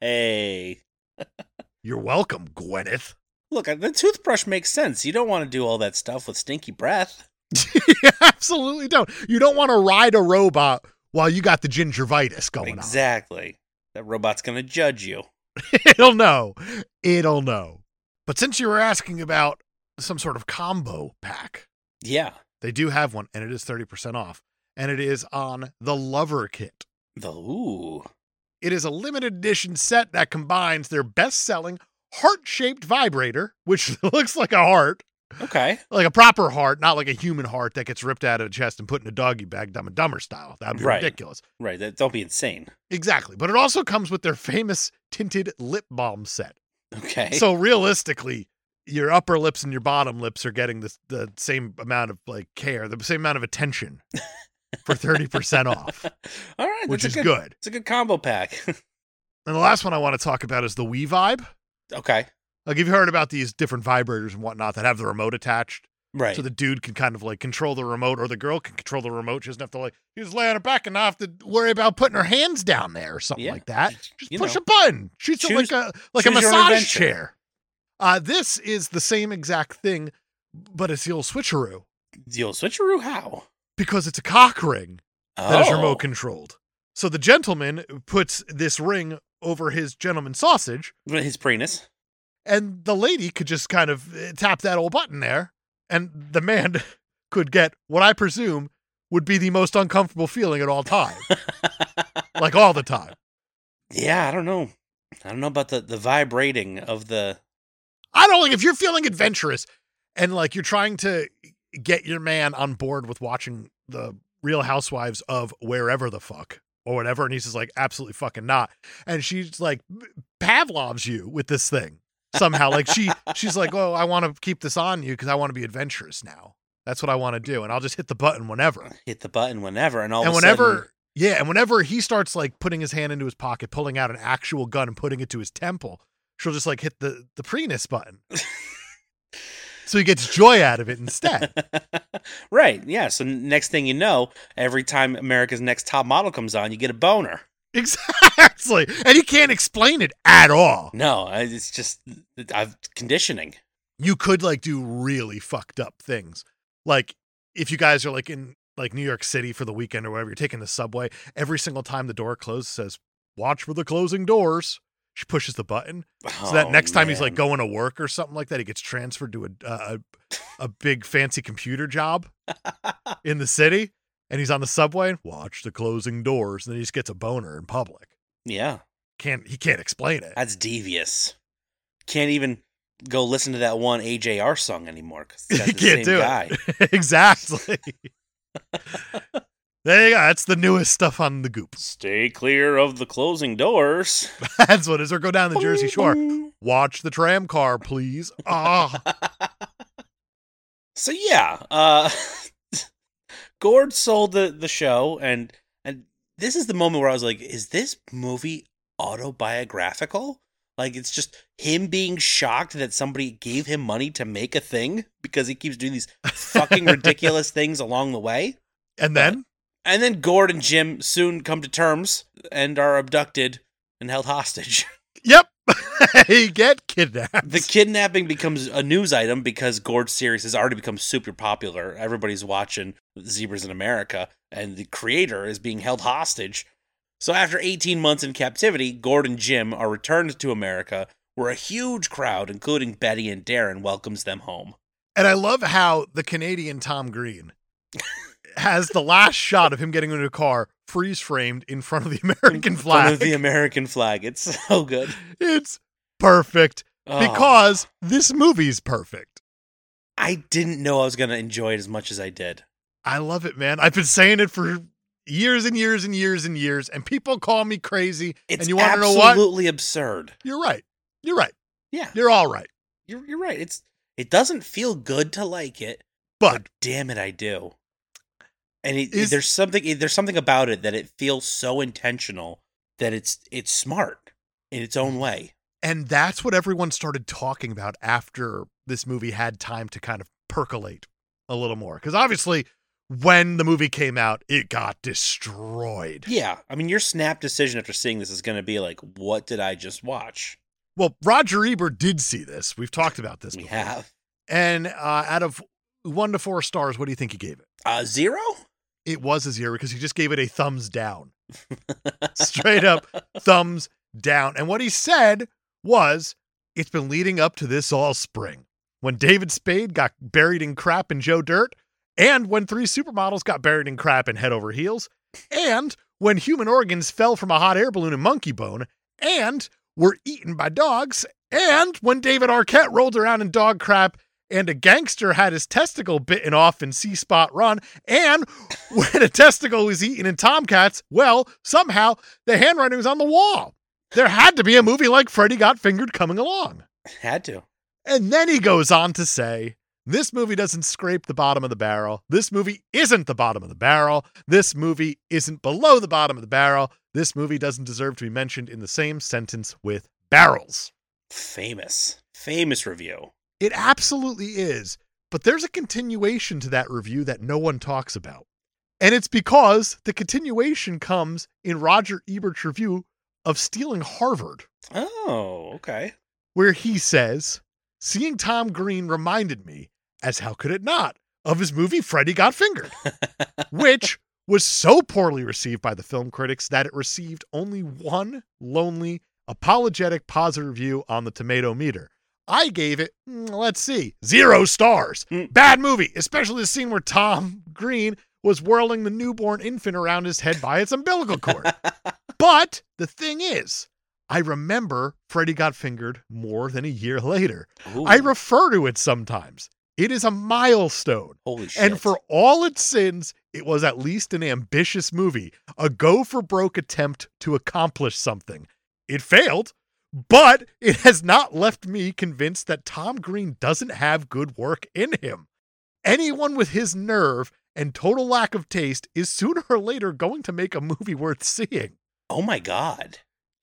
hey.
<laughs> You're welcome, <laughs> Gwyneth.
Look, the toothbrush makes sense. You don't want to do all that stuff with stinky breath.
you absolutely don't. You don't want to ride a robot while you got the gingivitis going
exactly. That robot's going to judge you.
on. <laughs> It'll know. It'll know. But since you were asking about some sort of combo pack,
Yeah.
they do have one, and it is 30% off. And it is on the Lover Kit.
The ooh.
It is a limited edition set that combines their best selling heart shaped vibrator, which <laughs> looks like a heart,
Okay.
like a proper heart, not like a human heart that gets ripped out of a chest and put in a doggy bag, dumb and dumber style. That would be
Right.
ridiculous.
Right. That don't be insane.
Exactly. But it also comes with their famous tinted lip balm set.
Okay.
So realistically, your upper lips and your bottom lips are getting the, the same amount of like care, the same amount of
<laughs>
attention for 30% off,
<laughs> all right,
which is
that's a
good.
It's a good combo pack. <laughs>
And the last one I want to talk about is the Wii Vibe.
okay.
Like you've heard about these different vibrators and whatnot that have the remote attached.
Right.
So the dude can kind of like control the remote or the girl can control the remote. She doesn't have to like she just lay on her back and not have to worry about putting her hands down there or something
Yeah.
like that. Just
You
push
know.
a button. Shoots it like
Choose-
a like a
choose your
massage
invention.
chair. Uh this is the same exact thing, but it's the old switcheroo
the old switcheroo how? Oh.
because it's a cock ring that is remote
control.
controlled. So the gentleman puts this ring over his gentleman sausage
His penis.
and the lady could just kind of uh, tap that old button there and the man <laughs> could get what i presume would be the most uncomfortable feeling at all time like all the time
yeah, I don't know. I don't know about the the vibrating of the
i don't like if you're feeling adventurous and like you're trying to get your man on board with watching the real housewives of wherever the fuck or whatever and he's just like absolutely fucking not and she's like pavlov's you with this thing somehow like she she's like oh i want to keep this on you because i want to be adventurous now that's what i want to do and i'll just hit the button whenever
hit the button whenever and all
and
of a sudden-
whenever yeah and whenever he starts like putting his hand into his pocket pulling out an actual gun and putting it to his temple she'll just like hit the the prenis
<laughs>
button so he gets joy out of it
<laughs>
instead
<laughs> right. Yeah. So next thing you know, every time America's Next Top Model comes on, you get a boner.
exactly and he can't explain it at all
No, I- it's just I've conditioning.
you could like do really fucked up things like if you guys are like in like new york city for the weekend or whatever you're taking the subway every single time the door closes it says watch for the closing doors she pushes the button So
Oh,
that next time he's like going to work or something like that, he gets transferred to a uh, a, a big fancy computer job in the city, and he's on the subway. and Watch the closing doors, and then he just gets a boner in public.
yeah,
Can't he can't explain <laughs> it?
that's devious. Can't even go listen to that one AJR song anymore because
<laughs> You
the
can't
same
do it.
guy.
exactly. there you go. That's the newest stuff on the Goop. <laughs>
Stay clear of the closing doors.
That's what it is. Or go down the Jersey Shore.
Boing.
Watch the tram car, please. Ah,
So yeah, uh <laughs> Gord sold the the show and and this is the moment where I was like is this movie autobiographical? Like it's just him being shocked that somebody gave him money to make a thing because he keeps doing these fucking ridiculous things along the way.
and then
And then Gord and Jim soon come to terms and are abducted and held hostage.
yep, <laughs> he get kidnapped.
The kidnapping becomes a news item because Gord series has already become super popular. Everybody's watching Zebras in America, and the creator is being held hostage. So after 18 months in captivity, Gord and Jim are returned to America, where a huge crowd, including Betty and Darren, welcomes them home.
And I love how the Canadian Tom Green has the last shot of him getting into a car freeze framed in front of the <laughs> American
Front
flag.
of the American flag. It's <laughs> so good.
it's perfect
Oh,
because this movie's perfect.
I didn't know I was going to enjoy it as much as I did.
I love it, man. I've been saying it for years and years and years and years, and people call me crazy.
It's
and you want to know what?
absolutely absurd.
You're right. You're right.
Yeah,
You're all right.
you're, you're right. It's it doesn't feel good to like it,
But
damn it, I do. And it,
Is-
there's something there's something about it that it feels so intentional that it's it's smart in its
Mm-hmm.
own way.
and that's what everyone started talking about after this movie had time to kind of percolate a little more because obviously when the movie came out it got destroyed
Yeah, I mean your snap decision after seeing this is going to be like, what did I just watch?
well roger ebert did see this we've talked about this
we
before.
have
and uh, out of one to four stars what do you think he gave it
uh, zero.
it was a zero because he just gave it a thumbs down straight up thumbs down and what he said was it's been leading up to this all spring when david spade got buried in crap and joe dirt and when three supermodels got buried in crap and head over heels and when human organs fell from a hot air balloon in Monkey Bone and were eaten by dogs, and when David Arquette rolled around in dog crap and a gangster had his testicle bitten off in C Spot Run, and when a testicle was eaten in Tomcats, well, somehow the handwriting was on the wall. There had to be a movie like Freddy Got Fingered coming along.
Had to.
And then he goes on to say, this movie doesn't scrape the bottom of the barrel. This movie isn't the bottom of the barrel. This movie isn't below the bottom of the barrel. This movie doesn't deserve to be mentioned in the same sentence with barrels.
Famous. Famous review.
It absolutely is. But there's a continuation to that review that no one talks about. And it's because the continuation comes in Roger Ebert's review of Stealing Harvard,
Oh, okay.
where he says, Seeing Tom Green reminded me, as how could it not, of his movie Freddy Got Fingered, which was so poorly received by the film critics that it received only one lonely, apologetic positive review on the tomato meter. I gave it, mm, let's see, zero stars.
Mm.
Bad movie, especially the scene where Tom Green was whirling the newborn infant around his head by its umbilical cord. But the thing is, I remember Freddy Got Fingered more than a year later.
Ooh,
I refer to it sometimes. It is a milestone.
holy shit.
And for all its sins, it was at least an ambitious movie, a go for broke attempt to accomplish something. It failed, but it has not left me convinced that Tom Green doesn't have good work in him. Anyone with his nerve and total lack of taste is sooner or later going to make a movie worth seeing.
oh my god,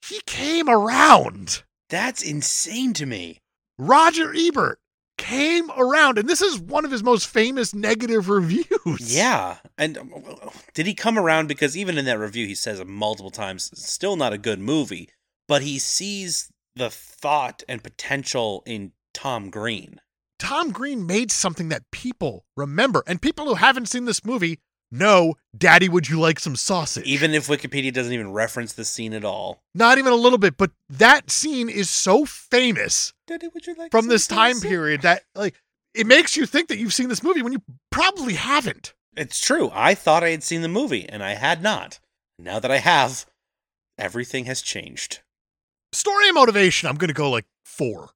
He came around.
that's insane to me.
Roger Ebert came around, and this is one of his most famous negative <laughs> reviews.
Yeah, and um, did he come around? Because even in that review, he says it multiple times, "It's still not a good movie, but he sees the thought and potential in Tom Green.
Tom Green made something that people remember, and people who haven't seen this movie know Daddy, would you like some sausage?
Even if Wikipedia doesn't even reference the scene at all.
Not even a little bit, but that scene is so famous
Daddy, would you like
from
some
this time
sausage?
period that, like, it makes you think that you've seen this movie when you probably haven't.
It's true. I thought I had seen the movie, and I had not. Now that I have, everything has changed.
Story and motivation, I'm going to go like four.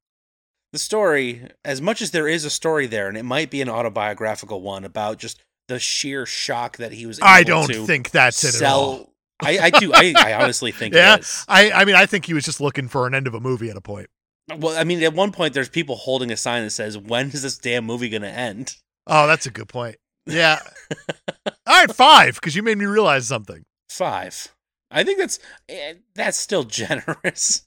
the story, as much as there is a story there, and it might be an autobiographical one about just the sheer shock that he was. Able
I don't
to
think that's it at all.
sell. I, I do. I,
<laughs>
I honestly think
Yeah.
it is.
I, I mean, I think he was just looking for an end of a movie at a point.
Well, I mean, at one point, there's people holding a sign that says, "When is this damn movie going to end?"
Oh, that's a good point.
<laughs>
Yeah. All right, five, because you made me realize something.
Five. I think that's eh, that's still <laughs> generous.
It's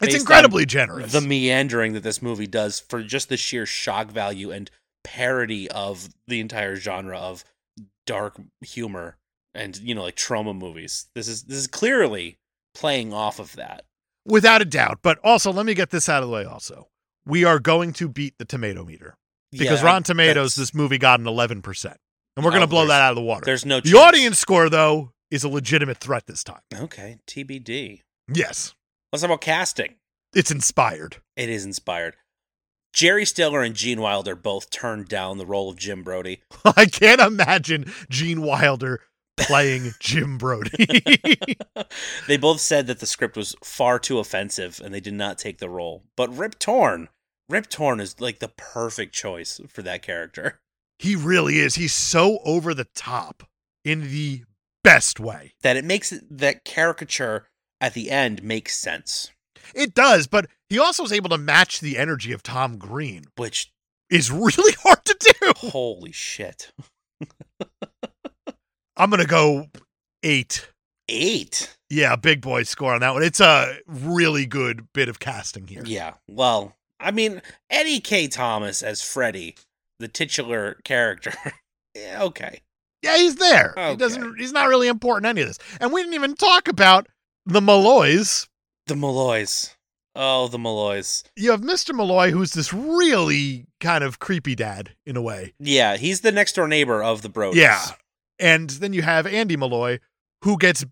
based on
incredibly generous.
The meandering that this movie does for just the sheer shock value and parody of the entire genre of dark humor and you know like trauma movies. This is this is clearly playing off of that.
Without a doubt. But also, let me get this out of the way also. We are going to beat the tomato meter because
Yeah,
Rotten Tomatoes,
that's-
this movie got an 11%. And we're going
Oh,
to blow
there's-
that out of the water.
there's no
The
chance.
audience score, though, is a legitimate threat this time.
Okay, TBD.
Yes,
Let's talk about casting.
it's inspired. <laughs>
It is inspired. Jerry Stiller and Gene Wilder both turned down the role of Jim Brody.
I can't imagine Gene Wilder playing Jim Brody. <laughs>
they both said that the script was far too offensive and they did not take the role. But Rip Torn, Rip Torn is like the perfect choice for that character.
he really is. He's so over the top in the best way.
That it makes it- that caricature at the end makes sense,
It does, but he also is able to match the energy of Tom Green,
which
is really <laughs> hard to do.
holy shit.
I'm gonna go eight.
8.
Yeah, big boy score on that one. It's a really good bit of casting here.
Yeah. Well, I mean, Eddie K. Thomas as Freddy, the titular character. <laughs> yeah, okay.
Yeah, he's there. He
Okay.
doesn't. He's not really important in any of this. And we didn't even talk about the Malloys.
The Malloys. Oh, the Malloys.
You have Mr. Malloy, who's this really kind of creepy dad in a way.
Yeah, he's the next door neighbor of the Brodies.
Yeah. And then you have Andy Malloy, who gets.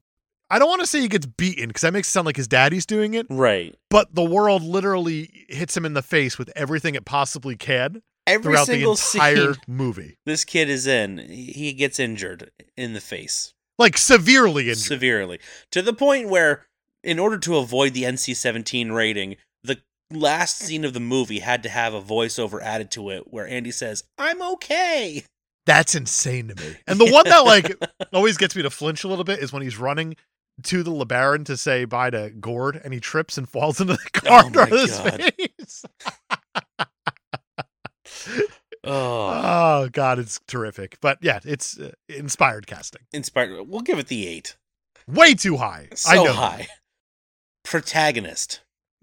I don't want to say he gets beaten because that makes it sound like his daddy's doing it,
Right.
but the world literally hits him in the face with everything it possibly can
Every
throughout the
<laughs> single
entire
scene
movie.
this kid is in, he gets injured in the face.
Like severely injured.
severely to the point where, in order to avoid the NC 17 rating, the last scene of the movie had to have a voiceover added to it where Andy says, I'm okay.
That's insane to me. And the one that like
<laughs>
always gets me to flinch a little bit is when he's running to the LeBaron to say bye to Gord and he trips and falls into the car
Oh
in front
my
of his
God.
face.
<sighs> Oh,
Oh god, it's terrific. But yeah, it's uh, inspired casting.
inspired. We'll give it the eight.
Way too high. I
So
know.
high. Protagonist.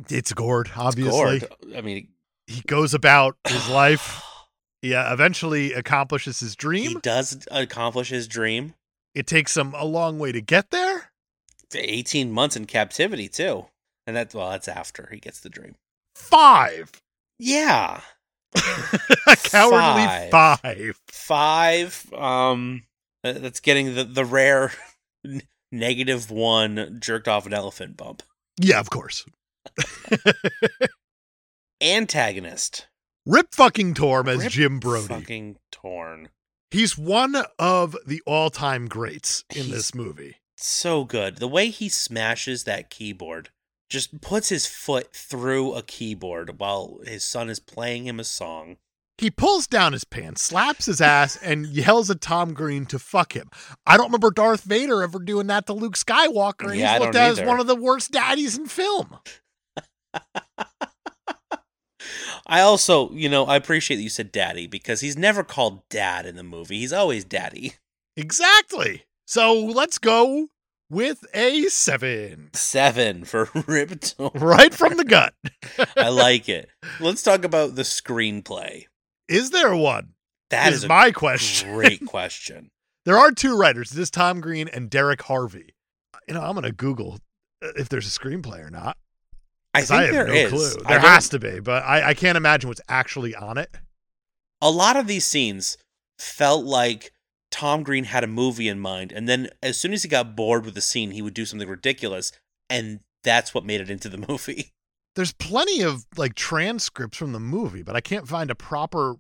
It's Gord, obviously.
Gord. I mean,
He goes
<sighs>
about his life. Yeah, eventually accomplishes his dream.
he does accomplish his dream.
It takes him a long way to get there.
18 months in captivity, too. And that's, well, that's after he gets the dream. <laughs>
Five.
Yeah.
A cowardly
Five.
five.
five um that- that's getting the the rare <laughs> n- negative one jerked off an elephant bump
Yeah, of course.
antagonist
Rip fucking Torm as
Rip
Jim Brody.
fucking torn
He's one of the all-time greats in
He's-
this movie.
so good the way he smashes that keyboard just puts his foot through a keyboard while his son is playing him a song
He pulls down his pants, slaps his
<laughs>
ass, and yells at Tom Green to fuck him. I don't remember Darth Vader ever doing that to Luke Skywalker. and
Yeah, I
He's looked
don't
at as
either.
one of the worst daddies in film.
i also you know i appreciate that you said daddy because he's never called dad in the movie he's always daddy <laughs>
Exactly. So let's go with a seven.
seven for <laughs> rip torn
Right from the
<laughs>
gut.
i like it let's talk about the screenplay
Is there one?
That
is
is, a
my question. <laughs>
great question.
There are two writers. It is Tom Green and Derek Harvey. Uh, You know, I'm going to Google uh, if there's a screenplay or not.
I
'cause
think
have
there
no
is.
clue.
I
There
don't-
has to be, but I, I can't imagine what's actually on it.
a lot of these scenes felt like Tom Green had a movie in mind, and then as soon as he got bored with the scene, he would do something ridiculous, and that's what made it into the <laughs> movie.
There's plenty of like transcripts from the movie, but I can't find a proper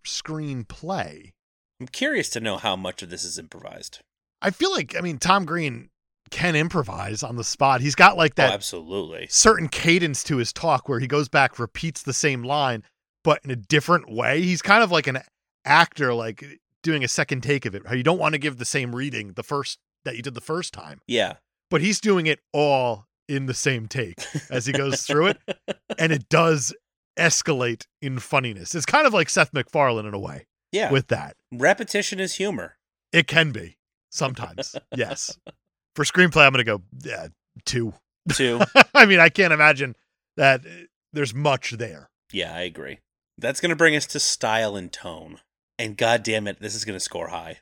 screenplay.
I'm curious to know how much of this is improvised. Oh,
I feel like I mean Tom Green can improvise on the spot. He's got like
oh,
that
absolutely.
certain cadence to his talk where he goes back, repeats the same line, but in a different way. He's kind of like an actor, like doing a second take of it. How you don't want to give the same reading the first that you did the first time,
Yeah.
but he's doing it all in the same take as he goes through it, and it does escalate in funniness. It's kind of like Seth MacFarlane in a way
Yeah.
with that.
Repetition is humor.
It can be sometimes, yes. For screenplay, I'm going to go yeah, two. <laughs>
Two.
I mean, I can't imagine that uh, there's much there.
yeah, I agree. That's going to bring us to style and tone. And god damn it, this is going to score high.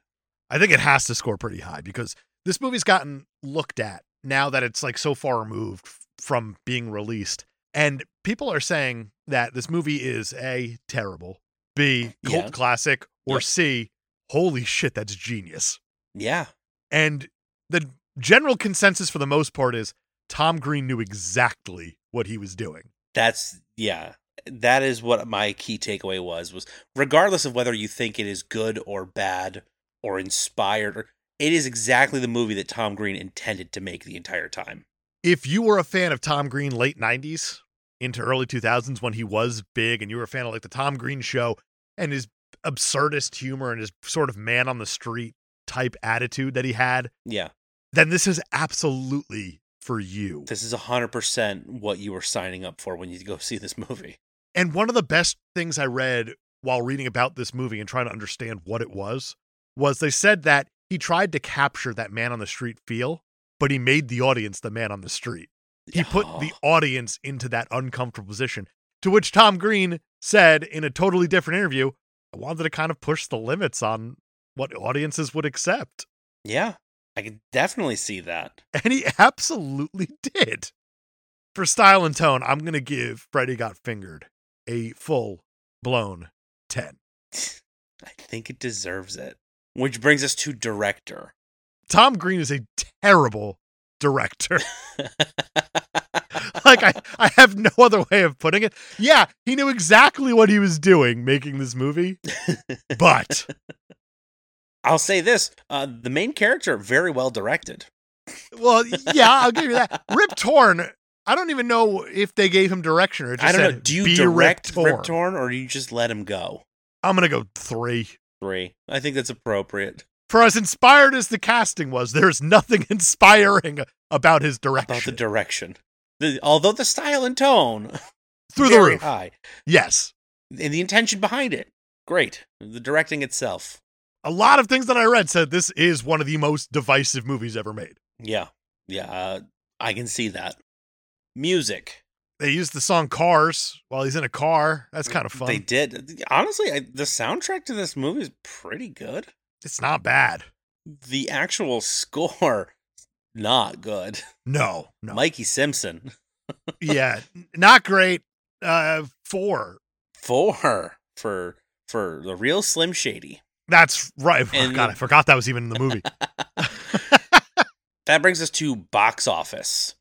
I think it has to score pretty high because this movie's gotten looked at now that it's like so far removed f- from being released. And people are saying that this movie is A, terrible, B, cult
Yeah.
classic, or
Yep.
C, holy shit, that's genius.
Yeah.
And the general consensus for the most part is Tom Green knew exactly what he was doing.
that's yeah that is what my key takeaway was was regardless of whether you think it is good or bad or inspired or it is exactly the movie that tom green intended to make the entire time
if you were a fan of Tom Green late 90s into early 2000s when he was big and you were a fan of like the Tom Green show and his absurdist humor and his sort of man on the street type attitude that he had,
yeah
then this is absolutely for you.
this is 100% what you were signing up for when you go <laughs> see this movie
And one of the best things I read while reading about this movie and trying to understand what it was was they said that he tried to capture that man on the street feel, but he made the audience the man on the street. He put the audience into that uncomfortable position, to which Tom Green said in a totally different interview, I wanted to kind of push the limits on what audiences would accept.
yeah i can definitely see that
And he <laughs> absolutely did. For style and tone, I'm going to give Freddy Got Fingered a full blown 10.
i think it deserves it which brings us to director
Tom Green is a terrible director. <laughs> like I, I have no other way of putting it. Yeah, he knew exactly what he was doing making this movie, but
I'll say this: uh, the main character very well directed.
Well, yeah, I'll give you that. Rip Torn. I don't even know if they gave him direction or it just
I don't
said,
know. Do you
be
direct
Rip Torn.
Rip Torn or do you just let him go?
I'm gonna go three.
Three. I think that's appropriate.
For as inspired as the casting was, there's nothing <laughs> inspiring about his direction.
About the direction, the, although the style and tone <laughs>
Through the
very
roof.
high,
Yes.
and the intention behind it, great. The directing itself,
A lot of things that I read said this is one of the most divisive movies ever made.
yeah, yeah, uh, I can see that. Music,
They used the song Cars while he's in a car. That's kind of fun.
They did. Honestly, I, the soundtrack to this movie is pretty good.
it's not bad.
The actual score, <laughs> not good.
No. No.
Mikey Simpson,
yeah. Not great. Uh four.
four for for the real Slim Shady.
That's right. <laughs> Oh,
And-
God, I forgot that was even in the
<laughs>
movie.
That brings us to box office.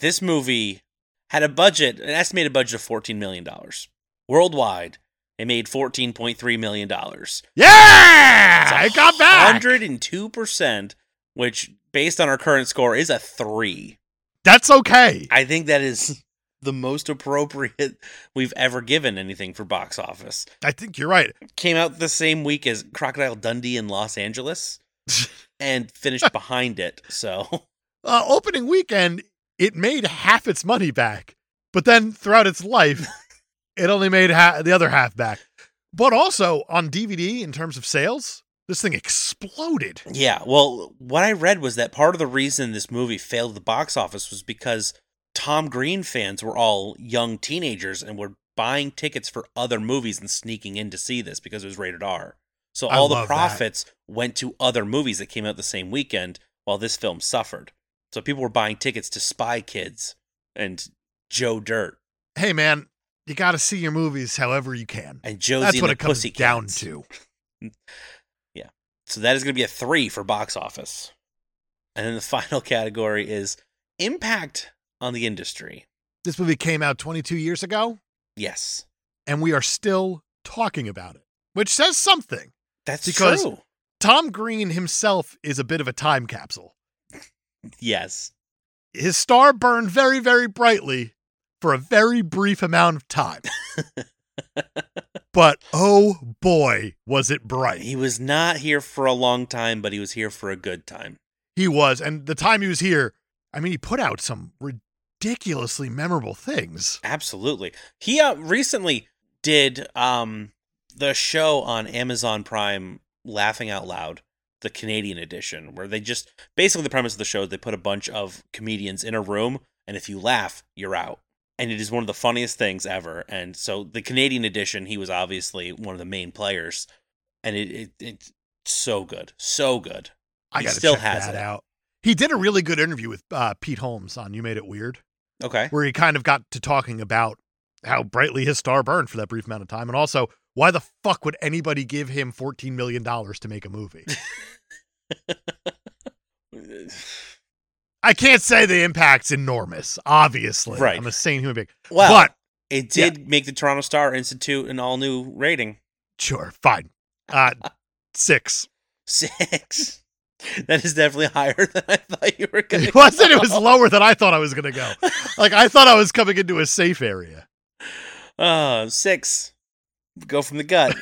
This movie had a budget, an estimated budget of fourteen million dollars worldwide. It made fourteen point three million dollars.
yeah. It got back.
Hundred and two percent, which based on our current score is a three.
That's okay.
I think that is <laughs> the most appropriate we've ever given anything for box office.
I think you're right.
Came out the same week as Crocodile Dundee in Los
<laughs>
Angeles and finished behind it. So,
uh, opening weekend, it made half its money back, but then throughout its
<laughs>
life, it only made ha- the other half back. But also on DVD, in terms of sales, this thing exploded.
yeah. Well, what I read was that part of the reason this movie failed the box office was because Tom Green fans were all young teenagers and were buying tickets for other movies and sneaking in to see this because it was rated R. So
I
all the
love that.
profits went to other movies that came out the same weekend while this film suffered. So people were buying tickets to Spy Kids and Joe Dirt
Hey, man, you got to see your movies however you can.
and Josie
That's
and
what
the
it comes
Pussycats.
down to.
So that is going to be a three for box office. And then the <laughs> final category is impact on the industry.
This movie came out 22 years ago,
Yes,
and we are still talking about it, which says something.
that's
Because-
true.
Tom Green himself is a bit of a time capsule.
Yes,
his star burned very, very brightly for a very brief amount of
<laughs>
time. but oh boy, was it bright.
he was not here for a long time, but he was here for a good time.
He was. And the time he was here, I mean, he put out some ridiculously memorable things.
Absolutely. He uh, recently did um the show on Amazon Prime Laughing Out Loud, the Canadian edition, where they just basically the premise of the show is they put a bunch of comedians in a room and if you laugh, you're out. And it is one of the funniest things ever. And so the Canadian edition, he was obviously one of the main players and it, it it's so good. So good.
I
He
got to
still
check
has
that
it.
out. He did a really good interview with uh, Pete Holmes on You Made It Weird,
Okay.
where he kind of got to talking about how brightly his star burned for that brief amount of time. And also, why the fuck would anybody give him $14 million to make a movie? I can't say the impact's enormous, obviously.
Right.
I'm a sane human being.
Well,
but
it did make the Toronto Star Institute an all new rating.
sure, fine. Uh six.
Six. <laughs> That is definitely higher than I thought you were going
<laughs>
to.
It wasn't it was
<laughs>
lower than I thought I was gonna go. Like I thought I was coming into a safe area. <laughs>
Uh, six. Go from the gut.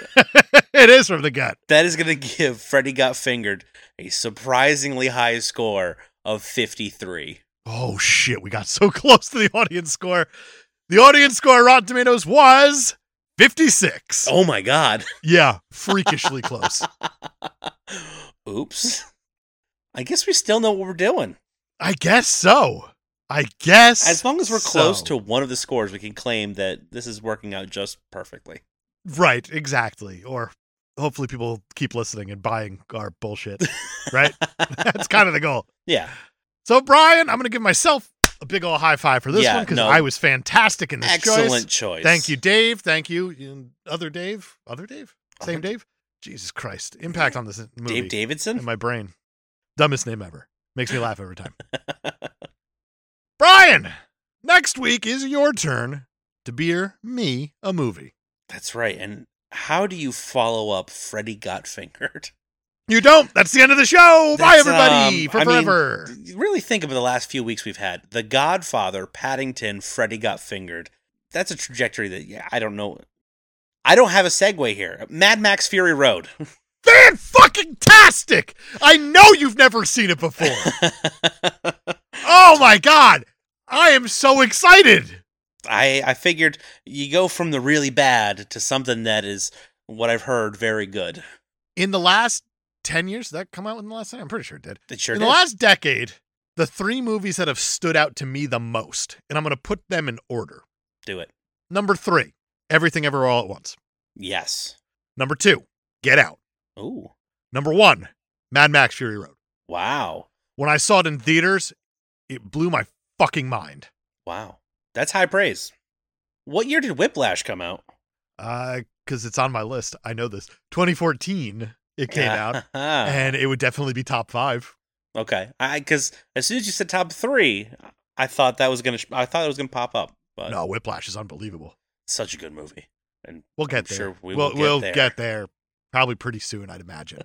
it is from the gut.
that is going to give Freddy Got Fingered a surprisingly high score of 53.
Oh shit, we got so <laughs> close to the audience score. The audience score at Rotten Tomatoes was 56.
Oh my God.
Yeah, freakishly close.
Oops. I guess we still know what we're doing.
I guess so. I guess
As long as we're close
so.
to one of the scores, we can claim that this is working out just perfectly. <laughs>
Right, exactly. Or hopefully people keep listening and buying our bullshit.
<laughs>
Right? That's kind of the goal.
Yeah.
So Brian, I'm going to give myself a big ol' high five for this
Yeah,
one cuz
no.
I was fantastic in this
Excellent
choice.
choice.
Thank you, Dave. Thank you. And Other Dave? Other Dave? Same
Other-
Dave? Jesus Christ. Impact on this movie
Dave Davidson.
in my brain. Dumbest name ever. Makes me laugh every
<laughs>
time. Brian, next week is your turn to beer me a movie.
<laughs> That's right. And how do you follow up Freddy Got Fingered?
You don't. That's the end of the show. Bye,
That's,
everybody,
um,
for
I mean,
forever.
really think of the last few weeks we've had the godfather paddington freddy got fingered that's a trajectory that yeah i don't know i don't have a segue here mad max fury road <laughs>
Fan fucking tastic. I know you've never seen it
<laughs>
before. oh my god, I am so excited.
i i figured you go from the really bad to something that is what i've heard very good
In the last ten years, did that come out in the last. I'm pretty sure it did.
it sure
in
did.
the last decade, the three movies that have stood out to me the most, and I'm going to put them in order.
do it
Number three, Everything Ever All at Once.
yes
Number two, Get Out.
Ooh.
Number one, Mad Max Fury Road.
wow
When I saw it in theaters, it blew my fucking mind.
wow that's high praise what year did whiplash come out
Because Uh, it's on my list. I know this. 2014, it came
<laughs>
out, and it would definitely be top five.
Uh-huh. Okay, I because as soon as you said top three, I thought that was gonna sh- I thought it was gonna pop up, but
No, Whiplash is unbelievable.
such a good movie. And
We'll get there.
I'm sure we
we'll,
will get
we'll
there.
get there probably pretty soon, I'd
<laughs>
imagine.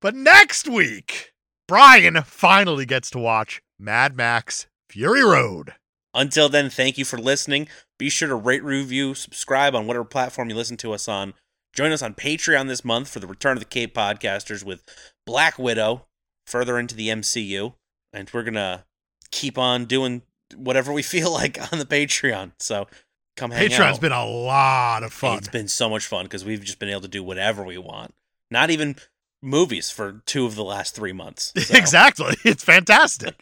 but next week, Brian finally gets to watch Mad Max Fury Road.
until then, thank you for listening. Be sure to rate, review, subscribe on whatever platform you listen to us on. Join us on Patreon this month for the Return of the Cape Podcasters with Black Widow, further into the MCU, and we're gonna keep on doing whatever we <laughs> feel like on the Patreon. So come hang
Patreon's
out.
been a lot of fun.
It's been so much fun because we've just been able to do whatever we want. Not even movies for two of the last three months.
<laughs>
So.
Exactly. It's fantastic.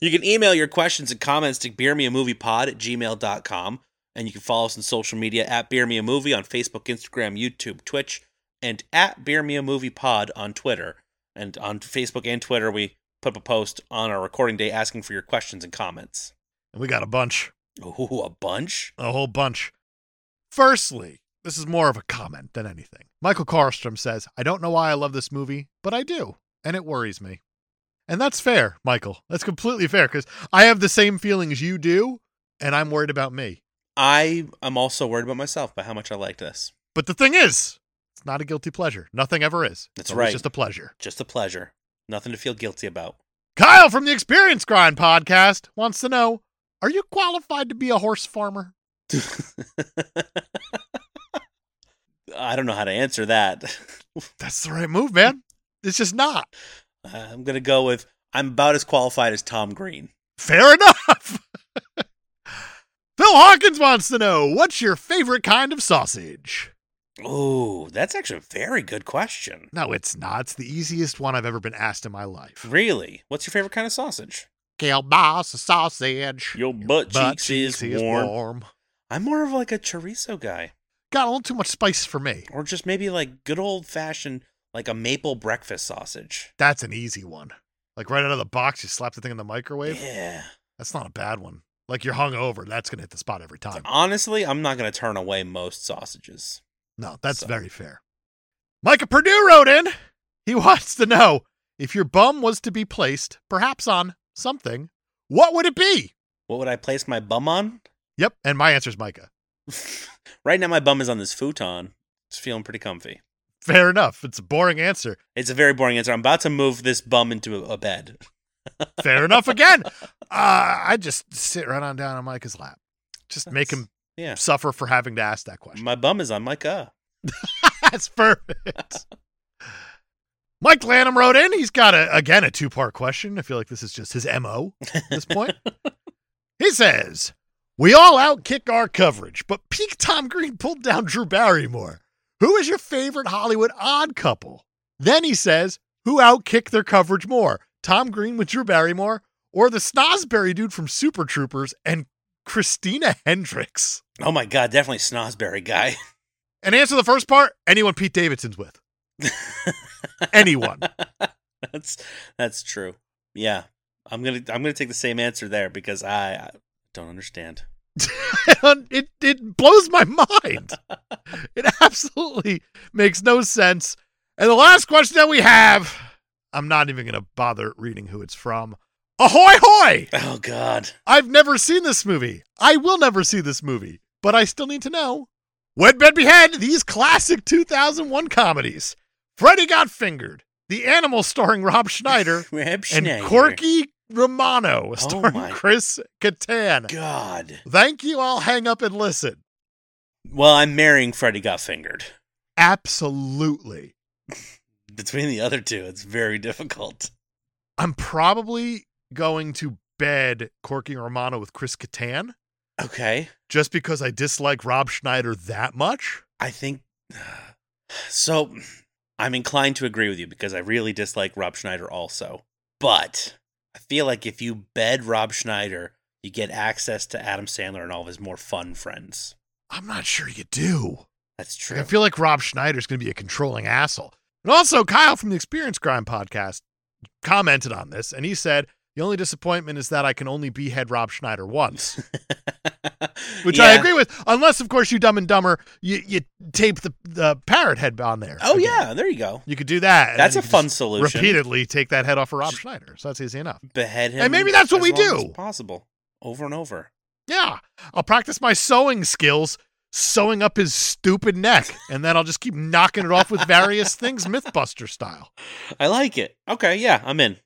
You can email your questions and comments to beermeamoviepod at gmail.com. And you can follow us on social media at Beer Me a Movie on Facebook, Instagram, YouTube, Twitch, and at Beer Me a Movie Pod on Twitter. And on Facebook and Twitter, we put up a post on our recording day asking for your questions and comments.
we got a bunch,
Ooh, a bunch?
a whole bunch. Firstly, this is more of a comment than anything. Michael Karlstrom says, I don't know why I love this movie, but I do, and it worries me. And that's fair, Michael. That's completely fair because I have the same feelings you do, and I'm worried about me.
I am also worried about myself by how much I like this.
But the thing is, it's not a guilty pleasure. Nothing ever is.
That's
It's always
right.
just a pleasure.
Just a pleasure. Nothing to feel guilty about. <laughs>
Kyle from the Experience Grind podcast wants to know Are you qualified to be a horse farmer?
I don't know how to answer that. <laughs>
That's the right move, man. It's just not.
Uh, I'm going to go with I'm about as qualified as Tom Green.
Fair <laughs> enough. Phil Hawkins wants to know what's your favorite kind of sausage?
Oh, that's actually a very good question.
No, it's not. It's the easiest one I've ever been asked in my life.
Really? What's your favorite kind of sausage?
Kielbasa sausage.
Your butt cheeks is warm. I'm more of like a chorizo guy,
Got a little too much spice for me.
or just maybe like good old fashioned, like a maple breakfast sausage.
That's an easy one. Like right out of the box, you slap the thing in the microwave.
Yeah.
That's not a bad one. Like you're hungover, that's gonna hit the spot every time.
Honestly, I'm not going to turn away most sausages.
No, that's
So-
very fair. Micah Purdue wrote in. He <laughs> wants to know if your bum was to be placed, perhaps on something, what would it be?
What would I place my bum on?
Yep. And my answer is Micah.
right now, my bum is on this futon. It's feeling pretty comfy.
Fair enough. It's a boring answer.
It's a very boring answer. I'm about to move this bum into a bed.
Fair enough
<laughs>
again. Uh, I just sit right on down on Micah's lap. Just make him
Yeah.
suffer for having to ask that question.
My bum is on Micah.
<laughs> That's perfect. Mike Lanham wrote in. He's got a again a two part question. I feel like this is just his mo at this point. he says, "We all outkick our coverage, but peak Tom Green pulled down Drew Barrymore. Who is your favorite Hollywood odd couple?" Then he says, "Who outkicked their coverage more, Tom Green with Drew Barrymore, or the Snosberry dude from Super Troopers and Christina Hendricks?"
Oh my god, definitely Snosberry guy. <laughs>
And answer the first part: anyone Pete Davidson's with. anyone. <laughs>
that's that's true. Yeah. I'm going to I'm going to take the same answer there because I, I don't understand.
it it blows my mind. It absolutely makes no sense. And the last question that we have, I'm not even going to bother reading who it's from. Ahoy hoy!
Oh god. <laughs>
I've never seen this movie. I will never see this movie, but I still need to know. Wed Bed Behead, these classic 2001 comedies. Freddy Got Fingered, The Animal starring Rob Schneider,
Rob
and
Schneider.
Corky Romano starring
Oh my-
Chris Kattan.
God.
Thank you. I'll hang up and listen.
Well, I'm marrying Freddy Got Fingered.
Absolutely.
Between the other two, it's very difficult.
I'm probably going to bed Corky Romano with Chris Kattan
Okay.
just because I dislike Rob Schneider that much.
I think <sighs> so. I'm inclined to agree with you because I really dislike Rob Schneider also. But I feel like if you bed Rob Schneider, you get access to Adam Sandler and all of his more fun friends.
I'm not sure you do.
That's
Like,
true.
I
<laughs>
feel like Rob Schneider's going to be a controlling asshole. And also, Kyle from the Experience Crime podcast commented on this, and he said, The only disappointment is that I can only behead Rob Schneider once, which I
Yeah.
agree with, unless, of course, you dumb and dumber, you, you tape the, the parrot head on there.
Oh
again.
yeah, there you go.
You could do that. and
That's
then
a
you
fun
just
solution.
Repeatedly take that head off of Rob Schneider. So that's easy enough.
Behead him.
And maybe that's what
as
we
long as
do.
Possible over and over.
Yeah. I'll practice my sewing skills, sewing up his stupid neck, and then I'll just keep knocking it off with various things, Mythbuster style.
I like it. Okay, yeah, I'm in.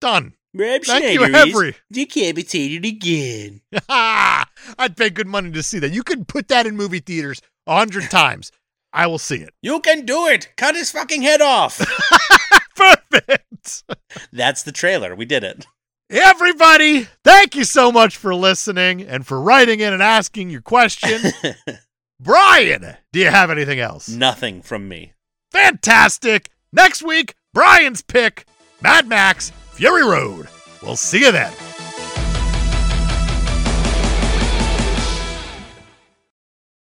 Done. <laughs>
Rob
Thank you,
Schneider is-
Avery.
You can't be tainted again.
I'd pay good money to see that. You could put that in movie theaters a hundred times. I will see it. <laughs>
You can do it. Cut his fucking head off.
Perfect.
That's the trailer. We did it. <laughs>
Everybody, thank you so much for listening and for writing in and asking your question. Brian, do you have anything else?
Nothing from me.
Fantastic. Next week, Brian's pick Mad Max Fury Road. We'll see you then.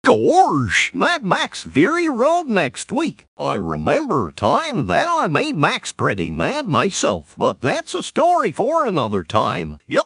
Gorge, Mad Max Fury Road next week. I remember a time that I made Max pretty mad myself, but that's a story for another time. Yeah.